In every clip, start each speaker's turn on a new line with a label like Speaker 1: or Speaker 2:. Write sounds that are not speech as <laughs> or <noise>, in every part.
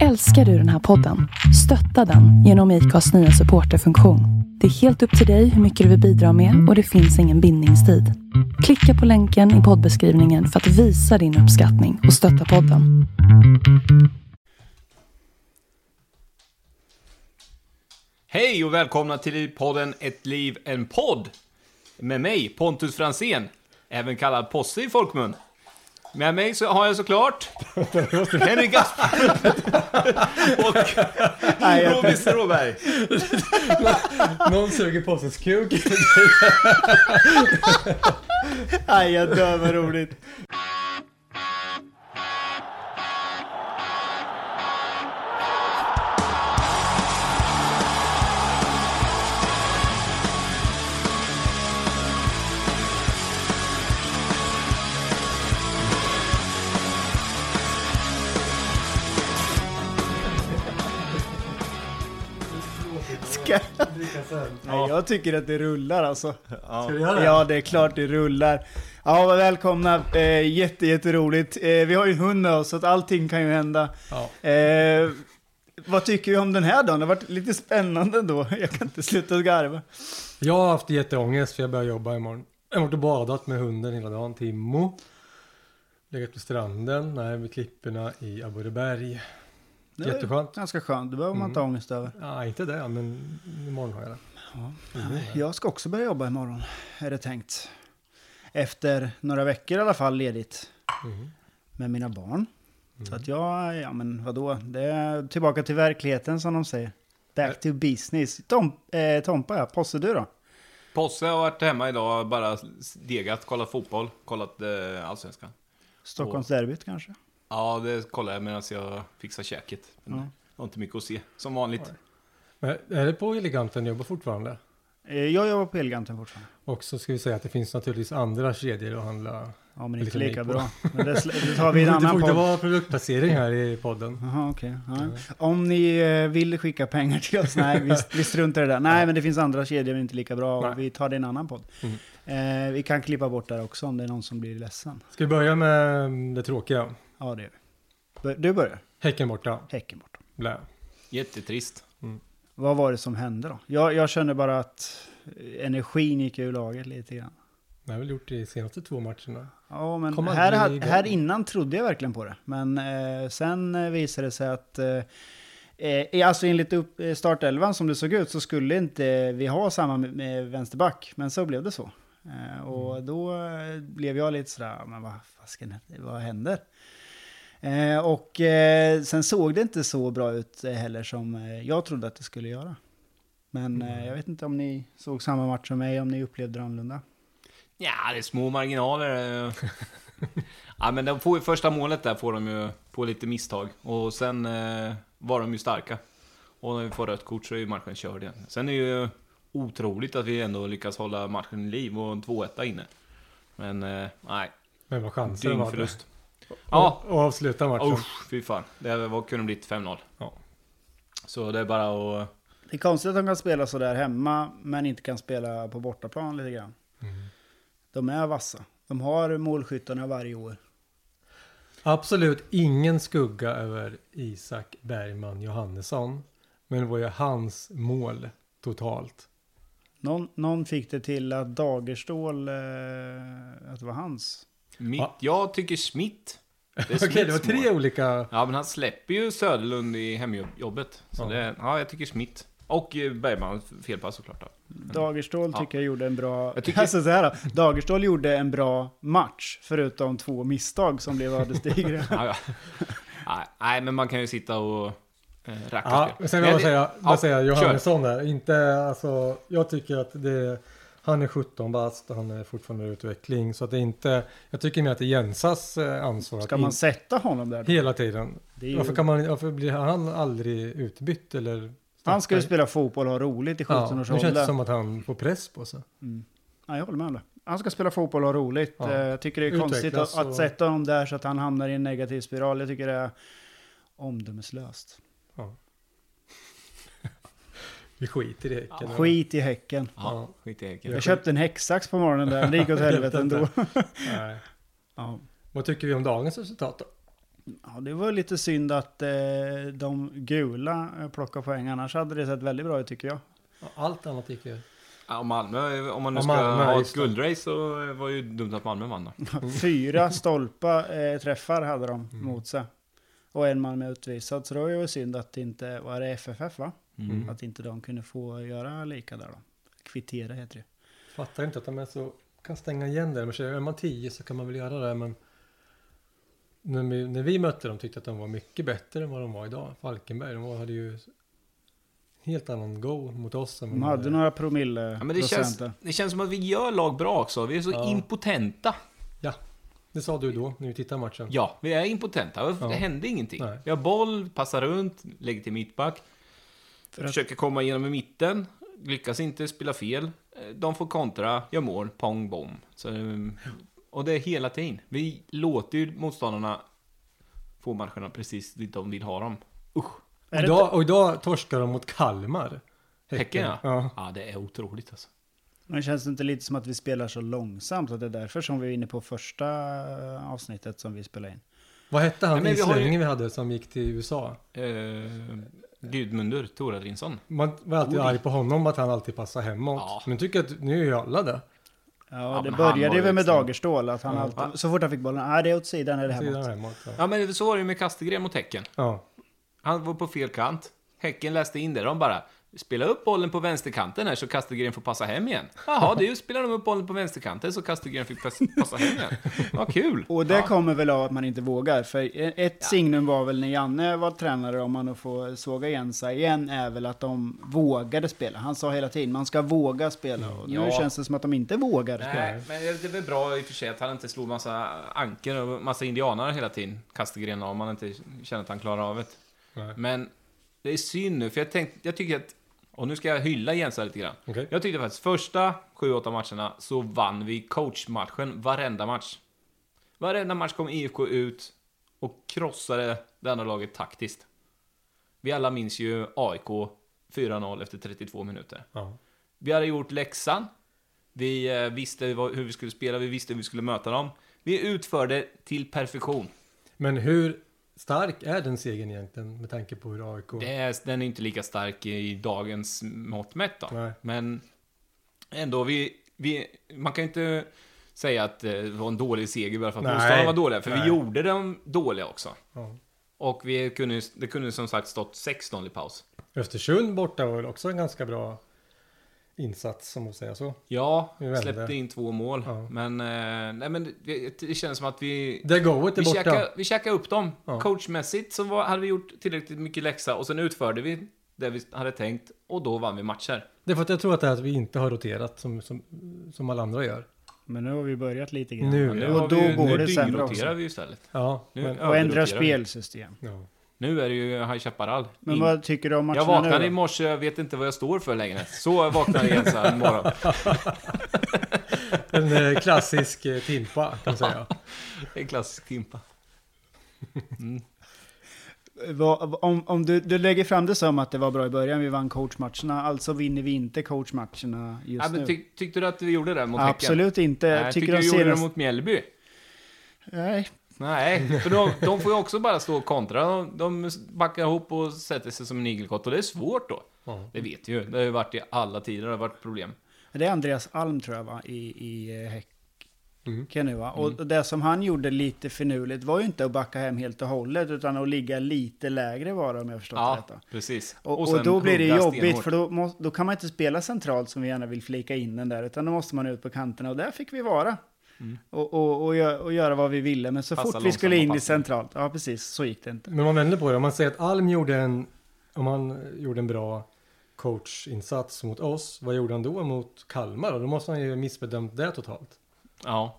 Speaker 1: Älskar du den här podden? Stötta den genom IKAs nya supporterfunktion. Det är helt upp till dig hur mycket du vill bidra med och det finns ingen bindningstid. Klicka på länken i poddbeskrivningen för att visa din uppskattning och stötta podden.
Speaker 2: Hej och välkomna till podden Ett liv, en podd. Med mig Pontus Fransén, även kallad Posse i folkmun. Med mig så har jag såklart Henrik Aspberg och Robin Stråberg.
Speaker 3: Någon suger på sig kuk.
Speaker 4: Nej, jag dör vad roligt. Ska... Nej, jag tycker att det rullar alltså.
Speaker 3: Ska vi göra det?
Speaker 4: Ja, det är klart det rullar. Ja, vad välkomna. Eh, jätte, jätteroligt. Eh, vi har ju en hund med oss, så att allting kan ju hända.
Speaker 3: Ja.
Speaker 4: Eh, vad tycker vi om den här dagen? Det har varit lite spännande då. <laughs> Jag kan inte sluta garva.
Speaker 3: Jag har haft jätteångest för jag börjar jobba imorgon. Jag har varit och badat med hunden hela dagen, Timmo. Legat på stranden, nej, vid klipporna i Abborreberg.
Speaker 4: Det var
Speaker 3: Jätteskönt. Mm.
Speaker 4: Ganska skönt, det behöver man inte ha ångest över.
Speaker 3: Nej, inte det, men imorgon har jag det.
Speaker 4: Jag ska också börja jobba imorgon, är det tänkt. Efter några veckor i alla fall ledigt.
Speaker 3: Mm.
Speaker 4: Med mina barn. Så att jag, ja men vadå, det är tillbaka till verkligheten som de säger. Back to business. Tom, eh, Tompa ja, Posse du då?
Speaker 2: Posse har varit hemma idag, bara degat, kollat fotboll, kollat eh, allsvenskan.
Speaker 4: Stockholmsderbyt kanske?
Speaker 2: Ja, det kollade jag medan jag fixade käket. Men
Speaker 4: Ja.
Speaker 2: det var inte mycket att se, som vanligt.
Speaker 3: Men är det på Eleganten jag jobbar fortfarande?
Speaker 4: Eh, jag jobbar på Elganten fortfarande.
Speaker 3: Och så ska vi säga att det finns naturligtvis andra kedjor att handla.
Speaker 4: Ja men inte
Speaker 3: Lite
Speaker 4: lika
Speaker 3: mig på.
Speaker 4: bra. Men det, sl- det
Speaker 3: <laughs>
Speaker 4: tar vi i en
Speaker 3: Det
Speaker 4: annan
Speaker 3: får inte
Speaker 4: podd.
Speaker 3: vara produktplacering här i podden.
Speaker 4: Jaha, okej. Ja. Om ni eh, vill skicka pengar till oss, nej, vi, vi struntar i det där. Nej, men det finns andra kedjor, men inte lika bra.
Speaker 3: Nej.
Speaker 4: Och vi tar det i en annan podd. Eh, vi kan klippa bort där också om det är någon som blir ledsen.
Speaker 3: Ska vi börja med det tråkiga?
Speaker 4: Ja, det gör vi. Bör- Du börjar.
Speaker 3: Häcken borta.
Speaker 4: Häcken bort.
Speaker 3: Blä.
Speaker 2: Jättetrist.
Speaker 4: Vad var det som hände då? Jag, jag känner bara att eh, energin gick ur laget lite grann.
Speaker 3: Det har jag väl gjort de senaste två matcherna.
Speaker 4: Ja, men
Speaker 3: Kom
Speaker 4: här,
Speaker 3: aldrig
Speaker 4: ha-
Speaker 3: igång.
Speaker 4: här innan trodde jag verkligen på det. Men eh, sen eh, visade det sig att... Eh, eh, alltså enligt upp, eh, startelvan som det såg ut så skulle inte vi ha samma med, med vänsterback. Men så blev det så. Eh, och då eh, blev jag lite sådär, "Ja, men vad, vad, ska, ni- vad händer? Eh, och eh, sen såg det inte så bra ut eh, heller som eh, jag trodde att det skulle göra. Men eh, jag vet inte om ni såg samma match som mig, om ni upplevde det annorlunda.
Speaker 2: Ja, det är små marginaler.
Speaker 3: <laughs>
Speaker 2: eh. ja, men de får ju första målet där får de ju på lite misstag. Och sen eh, var de ju starka. Och när vi får rött kort så är ju matchen körd igen. Sen är det ju otroligt att vi ändå lyckas hålla matchen i liv och en 2-1 inne. Men eh, nej,
Speaker 3: Men vad chansen var det.
Speaker 2: dyngförlust. Ja,
Speaker 3: Och avsluta matchen.
Speaker 2: usch, fy fan. Det var, kunde blivit 5-0.
Speaker 3: Ja.
Speaker 2: Så det är bara att...
Speaker 4: Det är konstigt att de kan spela sådär hemma, men inte kan spela på bortaplan lite grann.
Speaker 3: Mm.
Speaker 4: De är vassa. De har målskyttarna varje år.
Speaker 3: Absolut ingen skugga över Isak Bergman Johannesson. Men det var ju hans mål totalt.
Speaker 4: Någon, någon fick det till att Dagerstål, eh, att det var hans.
Speaker 2: Mitt,
Speaker 3: Ja.
Speaker 2: Jag tycker
Speaker 3: <laughs>
Speaker 2: Smith. Det är
Speaker 3: Okej, det var
Speaker 2: Smiths mål.
Speaker 3: tre olika.
Speaker 2: Ja, men han släpper ju Söderlund i hemjobbet. Så
Speaker 3: Ja.
Speaker 2: det, ja, jag tycker Schmidt. Och eh, Bergman, felpass såklart. Då.
Speaker 4: Dagerstål
Speaker 2: Ja.
Speaker 4: tycker jag gjorde en bra...
Speaker 2: Jag tycker-
Speaker 4: Alltså så här då. Dagerstål gjorde en bra match, förutom två misstag som blev
Speaker 3: <laughs>
Speaker 4: ödesdigra.
Speaker 2: Ja, ja. Nej, Nej, men man kan ju sitta och eh, racka
Speaker 3: Ja, men sen vill jag bara säga, bara säga Johannesson där. Inte, alltså, jag tycker att det, han är 17 bast och han är fortfarande i utveckling. Så att det är inte, jag tycker mer att det är Jensas eh, ansvar.
Speaker 4: Ska
Speaker 3: att
Speaker 4: man
Speaker 3: in-
Speaker 4: sätta honom där? då?
Speaker 3: Hela tiden.
Speaker 4: Det är ju-
Speaker 3: Varför, kan man, varför blir han aldrig utbytt eller?
Speaker 4: Han ska ju spela fotboll och ha roligt i
Speaker 3: Ja, nu känns det
Speaker 4: 17-årsåldern.
Speaker 3: som att han får press på sig.
Speaker 4: Mm. Ja, jag håller med om det. Han ska spela fotboll och ha roligt.
Speaker 3: Ja.
Speaker 4: Eh, Jag tycker det är
Speaker 3: Utvecklas
Speaker 4: konstigt att,
Speaker 3: och-
Speaker 4: att sätta honom där så att han hamnar i en negativ spiral. Jag tycker det är omdömeslöst.
Speaker 3: Ja. Vi skiter i Häcken.
Speaker 4: Skit i Häcken.
Speaker 2: Ja, skit i Häcken.
Speaker 4: Jag köpte en häcksax på morgonen
Speaker 3: <laughs>
Speaker 4: där, men det gick åt helvete ändå.
Speaker 3: Nej.
Speaker 4: Ja.
Speaker 3: Vad tycker vi om dagens resultat då?
Speaker 4: Ja, det var lite synd att eh, de gula eh, plockade poäng, annars hade det sett väldigt bra ut tycker jag.
Speaker 3: Allt annat gick ju.
Speaker 2: Ja, och Malmö, eh, om man nu
Speaker 3: Ja,
Speaker 2: ska
Speaker 3: Malmö,
Speaker 2: ha ett
Speaker 3: just det.
Speaker 2: guldrace så eh, var det ju dumt att Malmö vann då.
Speaker 4: Fyra stolpa eh, träffar hade de mot sig. Och en man med utvisad, så det var ju synd att det inte var det FFF va?
Speaker 2: Mm.
Speaker 4: Att inte de kunde få göra lika där då. Kvittera heter det.
Speaker 3: Fattar inte att de är så, kan stänga igen där. Men så är man 10 så kan man väl göra det. Men när vi, när vi mötte dem tyckte jag att de var mycket bättre än vad de var idag. Falkenberg, de var- hade ju helt annan go mot oss. Än vad
Speaker 4: De hade några promille
Speaker 2: Ja, men det, känns,
Speaker 4: procent.
Speaker 2: det känns som att vi gör lag bra också. Vi är så
Speaker 3: Ja.
Speaker 2: impotenta.
Speaker 3: Ja, det sa du då när vi tittade matchen.
Speaker 2: Ja, vi är impotenta. Det
Speaker 3: Ja.
Speaker 2: hände ingenting.
Speaker 3: Nej.
Speaker 2: Vi har boll, passar runt, lägger till mittback.
Speaker 4: att-
Speaker 2: Försöker komma igenom i mitten. Lyckas inte, spela fel. Eh, De får kontra, gör mål, pong bom. Så, ehm, och det är hela tiden. Vi låter ju motståndarna få matcherna precis dit de vill ha dem. Usch!
Speaker 3: Och
Speaker 4: Är det
Speaker 3: idag, och idag torskar de mot Kalmar.
Speaker 2: Häcken ja.
Speaker 3: ja.
Speaker 2: Ja, det är otroligt alltså.
Speaker 4: Men känns det inte lite som att vi spelar så långsamt? Att det är därför som vi är inne på första eh, avsnittet som vi spelar in.
Speaker 3: Vad hette han
Speaker 2: Nej, men vi har ju-
Speaker 3: islänningen vi hade som gick till USA?
Speaker 2: Eh, Gudmundur Torarinsson.
Speaker 3: Man var alltid
Speaker 2: Oj.
Speaker 3: arg på honom att han alltid passar hemåt.
Speaker 2: Ja.
Speaker 3: Men tycker jag att nu är ju alla det.
Speaker 4: Ja, det
Speaker 2: men han var
Speaker 4: började ju
Speaker 2: ju liksom-
Speaker 4: väl med
Speaker 2: extrem.
Speaker 4: Dagerstål, att han
Speaker 3: Ja.
Speaker 4: alltid, så fort han fick bollen, nej det är åt sidan, är det
Speaker 3: Sidan
Speaker 4: hemåt.
Speaker 3: hemåt. Ja.
Speaker 2: Ja, men så var det ju med Kastegren mot Häcken.
Speaker 3: Ja.
Speaker 2: Han var på fel kant. Häcken läste in det. De bara spela upp bollen på vänsterkanten här så Kastegren får passa hem igen. Jaha, det är ju spelar de upp bollen på vänsterkanten så Kastegren fick pass- passa hem igen. Vad kul!
Speaker 4: Och det
Speaker 2: ja.
Speaker 4: kommer väl av att man inte vågar, för e- ett signum var väl när Janne var tränare, om man nu får såga igen sig igen, är väl att de vågade spela. Han sa hela tiden, man ska våga spela, och nu
Speaker 2: Ja.
Speaker 4: känns det som att de inte vågar spela.
Speaker 2: Nej, men det är väl bra i och för sig att han inte slog massa anker och massa indianare hela tiden, Kastegren, om han inte känner att han klarar av det.
Speaker 3: Nej.
Speaker 2: Men det är synd nu, för jag, tänkte, jag tycker att... Och nu ska jag hylla Jensa lite grann.
Speaker 3: Okej.
Speaker 2: Jag tyckte faktiskt första 7-8 matcherna så vann vi coachmatchen varenda match. Varenda match kom IFK ut och krossade det andra laget taktiskt. Vi alla minns ju AIK 4-0 efter 32 minuter.
Speaker 3: Ja.
Speaker 2: Vi hade gjort läxan. Vi eh, visste vad, hur vi skulle spela, vi visste hur vi skulle möta dem. Vi utförde till perfektion.
Speaker 3: Men hur stark är den segern egentligen med tanke på hur AIK...
Speaker 2: Det är, den är inte lika stark i dagens mått mätt då.
Speaker 3: Nej.
Speaker 2: Men ändå, vi, vi, man kan ju inte säga att det var en dålig seger bara för att
Speaker 3: Nej.
Speaker 2: motståndarna var dåliga. För vi
Speaker 3: Nej.
Speaker 2: gjorde dem dåliga också.
Speaker 3: Ja.
Speaker 2: Och vi kunde, ju- det kunde som sagt stått 16 i paus.
Speaker 3: Östersund borta var väl också en ganska bra insats om man säger så.
Speaker 2: Ja,
Speaker 3: Vi vände.
Speaker 2: släppte in två mål.
Speaker 3: Ja.
Speaker 2: Men, eh, nej, men det, det känns som att vi...
Speaker 3: Det goet är
Speaker 2: Vi
Speaker 3: borta.
Speaker 2: käkade, vi käkade upp dem.
Speaker 3: Ja.
Speaker 2: Coachmässigt så var, hade vi gjort tillräckligt mycket läxa och sen utförde vi det vi hade tänkt och då vann vi matcher.
Speaker 3: Det är för att jag tror att det är att vi inte har roterat som, som, som alla andra gör.
Speaker 4: Men nu har vi börjat lite grann.
Speaker 3: Nu,
Speaker 2: Men nu
Speaker 3: ja.
Speaker 4: Och
Speaker 2: har vi
Speaker 4: då
Speaker 2: ju-
Speaker 4: går
Speaker 2: nu
Speaker 4: det sämre
Speaker 2: dyngroterar
Speaker 4: också.
Speaker 2: vi ju istället.
Speaker 3: Ja,
Speaker 2: Nu
Speaker 3: men,
Speaker 4: Och ändra
Speaker 2: överroterar vi.
Speaker 4: spelsystem.
Speaker 3: ja.
Speaker 2: Nu är det ju High Chaparral.
Speaker 4: Men
Speaker 2: In-
Speaker 4: vad tycker du om matcherna
Speaker 2: jag vaknade
Speaker 4: nu
Speaker 2: i
Speaker 4: då?
Speaker 2: morse, jag vet inte vad jag står för längre. Så vaknade jag igen så här en morgon.
Speaker 3: En eh, klassisk eh, timpa kan man säga.
Speaker 2: Det är klassisk Timpa.
Speaker 4: Vad- Om, om du, du lägger fram det som att det var bra i början, vi vann coachmatcherna, alltså vinner vi inte coachmatcherna just
Speaker 2: Ja, men
Speaker 4: nu.
Speaker 2: tyck, tyckte du att vi gjorde det mot Häcken?
Speaker 4: Absolut inte.
Speaker 2: Nej, tycker
Speaker 4: tycker
Speaker 2: du
Speaker 4: de
Speaker 2: vi gjorde det
Speaker 4: senast...
Speaker 2: mot Mjällby?
Speaker 4: Nej,
Speaker 2: Nej, för de, de får ju också bara stå och kontra. De, de backar ihop och sätter sig som en igelkott och det är svårt då.
Speaker 3: Ja.
Speaker 2: Det vet vi ju. Det har ju varit i alla tider. Det har varit problem.
Speaker 4: det är Andreas Alm tror jag va, i, i eh, Häcken
Speaker 3: Mm.
Speaker 4: nu va. Och och det som han gjorde lite finurligt var ju inte att backa hem helt och hållet, utan att ligga lite lägre var det om jag förstått det
Speaker 2: Ja,
Speaker 4: rätt. va.
Speaker 2: precis.
Speaker 4: Och, och,
Speaker 2: sen
Speaker 4: då blir det
Speaker 2: hugga
Speaker 4: jobbigt,
Speaker 2: stenhårt.
Speaker 4: för då, må, då kan man inte spela centralt som vi gärna vill flika in den där, utan då måste man ut på kanterna och där fick vi vara. Och, och, och, gö- och göra vad vi ville, men så
Speaker 2: Mm. Passa
Speaker 4: fort vi skulle
Speaker 2: långsamma
Speaker 4: in i
Speaker 2: passningar.
Speaker 4: centralt, ja precis, så gick det inte.
Speaker 3: Men om man vänder på det, om man säger att Alm gjorde en, om han gjorde en bra coachinsats mot oss, vad gjorde han då mot Kalmar? då? Då måste han ju missbedömt det totalt.
Speaker 2: Ja,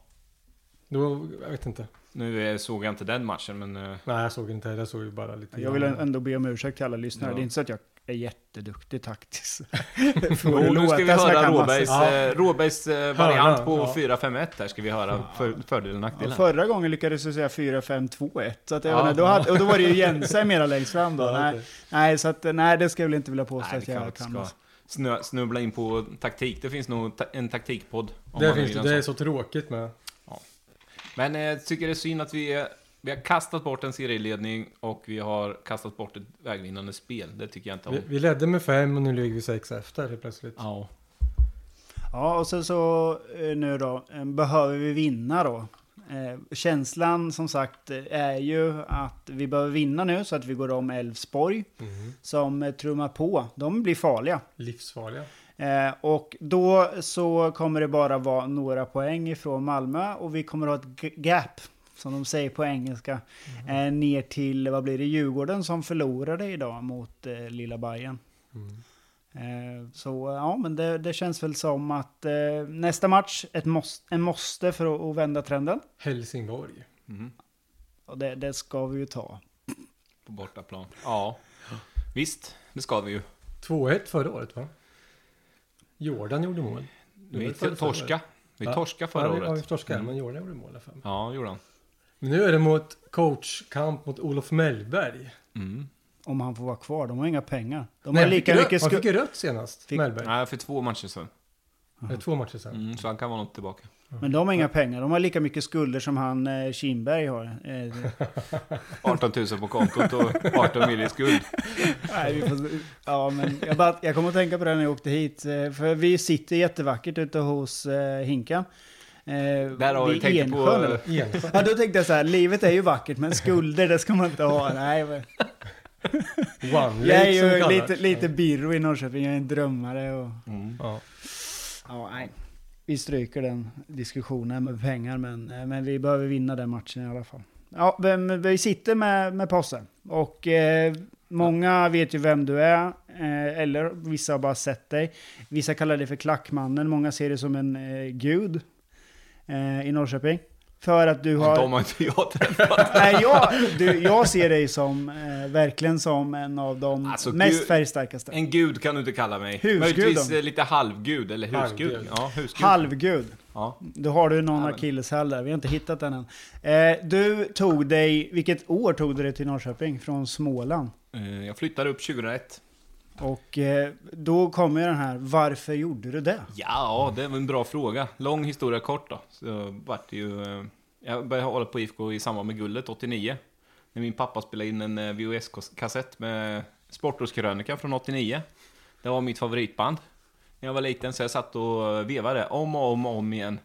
Speaker 3: Då, jag vet inte.
Speaker 2: nu eh, såg jag inte den matchen, men... eh,
Speaker 3: Nej, jag såg inte det. Jag såg ju bara lite.
Speaker 4: Jag vill
Speaker 3: grann.
Speaker 4: ändå be om ursäkt till alla lyssnare.
Speaker 2: Ja.
Speaker 4: Det är inte så att jag är
Speaker 2: <laughs>
Speaker 4: jätteduktig taktiskt.
Speaker 2: Jo,
Speaker 4: Får det
Speaker 2: nu
Speaker 4: låta
Speaker 2: ska vi
Speaker 4: som jag
Speaker 2: höra
Speaker 4: kan massor.
Speaker 2: Råbergs,
Speaker 3: Ja.
Speaker 2: eh, Råbergs eh, variant
Speaker 3: Hörna,
Speaker 2: på
Speaker 3: ja.
Speaker 2: 4-5-1 här ska vi höra för, fördelen och
Speaker 4: Ja,
Speaker 2: nackdelen.
Speaker 4: förra gången lyckades du säga 4-5-2-1. Så att jag
Speaker 2: Ja.
Speaker 4: vet inte, då hade, och då var det ju Jensa mera längst
Speaker 2: <laughs>
Speaker 4: fram då.
Speaker 3: Ja,
Speaker 4: nej,
Speaker 3: okej.
Speaker 4: nej, så att, nej, det ska jag väl inte vilja påstå
Speaker 2: Nej,
Speaker 4: att
Speaker 2: det är klart
Speaker 4: jag
Speaker 2: att
Speaker 4: kan.
Speaker 2: ska
Speaker 4: alltså.
Speaker 2: snö, snubbla in på taktik. Det finns nog ta, en taktikpodd. om
Speaker 3: Det
Speaker 2: man
Speaker 3: finns
Speaker 2: vill
Speaker 3: det.
Speaker 2: en
Speaker 3: Det är
Speaker 2: sån.
Speaker 3: så tråkigt med.
Speaker 2: Men eh, jag tycker det är synd att vi är Vi har kastat bort en serieledning och vi har kastat bort ett vägvinnande spel. Det tycker jag inte om.
Speaker 3: Vi, vi ledde med fem och nu ligger vi sex efter helt plötsligt.
Speaker 2: Ja.
Speaker 4: Ja, och sen så eh, nu då, eh, behöver vi vinna då? Eh, känslan som sagt eh, är ju att vi behöver vinna nu så att vi går om Elfsborg
Speaker 2: Mm.
Speaker 3: Mhm.
Speaker 4: som eh, trummar på. De blir farliga.
Speaker 3: Livsfarliga.
Speaker 4: Eh, och då så kommer det bara vara några poäng ifrån Malmö och vi kommer ha ett g- gap, som de säger på engelska, eh, ner till, vad blir det, Djurgården som förlorade idag mot eh, lilla Bayern.
Speaker 3: Mm.
Speaker 4: Eh, Så ja, men det, det känns väl som att eh, nästa match, ett måste, en måste för att, att vända trenden.
Speaker 3: Helsingborg.
Speaker 2: Mhm.
Speaker 4: Och det, det ska vi ju ta.
Speaker 2: På bortaplan. Ja. Visst, det ska vi ju.
Speaker 3: 2-1 förra året va? Jordan gjorde mål. Det var
Speaker 2: Vi
Speaker 3: förra-
Speaker 2: torska. Vi
Speaker 3: Ja.
Speaker 2: torska
Speaker 3: ja,
Speaker 2: förra
Speaker 3: vi- Ja, vi
Speaker 2: året.
Speaker 3: torskade,
Speaker 2: Mm.
Speaker 3: men Jordan gjorde mål i alla fall.
Speaker 2: Ja, det gjorde han.
Speaker 3: Men nu är det mot coachkamp mot Olof Mellberg.
Speaker 2: Mm.
Speaker 4: Om han får vara kvar, de har inga pengar. De
Speaker 3: Nej,
Speaker 4: har
Speaker 3: han
Speaker 4: lika
Speaker 3: fick rött-
Speaker 4: mycket
Speaker 3: Han
Speaker 4: skuld.
Speaker 3: fick ju rött senast,
Speaker 4: Fick-
Speaker 3: Mellberg.
Speaker 2: Nej, för två matcher sedan.
Speaker 3: Det är två matcher sen.
Speaker 2: Mm, så han kan vara något tillbaka.
Speaker 4: Men de har inga pengar, de har lika mycket skulder som han eh, Kinberg har. Eh,
Speaker 2: 18 000 på kontot och 18 mil i skuld.
Speaker 4: nej, vi får, ja, men jag, bara, jag kommer att tänka på det när jag åkte hit, eh, för vi sitter jättevackert ute hos eh, Hinkan. Eh,
Speaker 2: Där har vi
Speaker 4: vid
Speaker 2: tänkt på... eh,
Speaker 4: Ensjön, eller? <laughs>
Speaker 3: Ensjö.
Speaker 4: Ja, då tänkte jag så här, livet är ju vackert, men skulder det ska man inte ha.
Speaker 2: <laughs>
Speaker 4: Nej, men-
Speaker 3: One
Speaker 4: jag är
Speaker 3: som det
Speaker 4: ju
Speaker 3: kallas.
Speaker 4: lite, lite birro i Norrköping, jag är en drömmare och...
Speaker 2: Mm.
Speaker 3: Ja.
Speaker 4: Ja, nej. Vi stryker den diskussionen med pengar, men, eh, men vi behöver vinna den matchen i alla fall. Ja, vem, vi sitter med, med Posse och eh, många vet ju vem du är, eh, eller vissa har bara sett dig. Vissa kallar dig för Klackmannen, många ser dig som en eh, gud eh, i Norrköping. För att du har...
Speaker 2: De har inte jag träffat.
Speaker 4: <laughs> Nej, jag, du, jag ser dig som, eh, verkligen som en av de
Speaker 2: Alltså,
Speaker 4: mest
Speaker 2: gud-
Speaker 4: färgstarkaste.
Speaker 2: En gud kan du inte kalla mig.
Speaker 4: Husguden.
Speaker 2: Möjligtvis eh, lite halvgud, eller husgud.
Speaker 3: Halvgud.
Speaker 2: Ja, husgud.
Speaker 4: Halvgud.
Speaker 2: Ja.
Speaker 4: Då har du någon
Speaker 2: Ja, men-
Speaker 4: akilleshäl där, vi har inte hittat den än. Eh, du tog dig, vilket år tog du dig till Norrköping? Från Småland.
Speaker 2: Eh, Jag flyttade upp 2001.
Speaker 4: Och eh, då kommer ju den här, varför gjorde du det?
Speaker 2: Ja, det var en bra fråga. Lång historia kort då. Så vart det ju, eh, jag började hålla på IFK i samband med guldet 89. När min pappa spelade in en eh, VHS-kassett med Sportårskrönikan från 89. Det var mitt favoritband när jag var liten, så jag satt och eh, vevade om och om och om igen.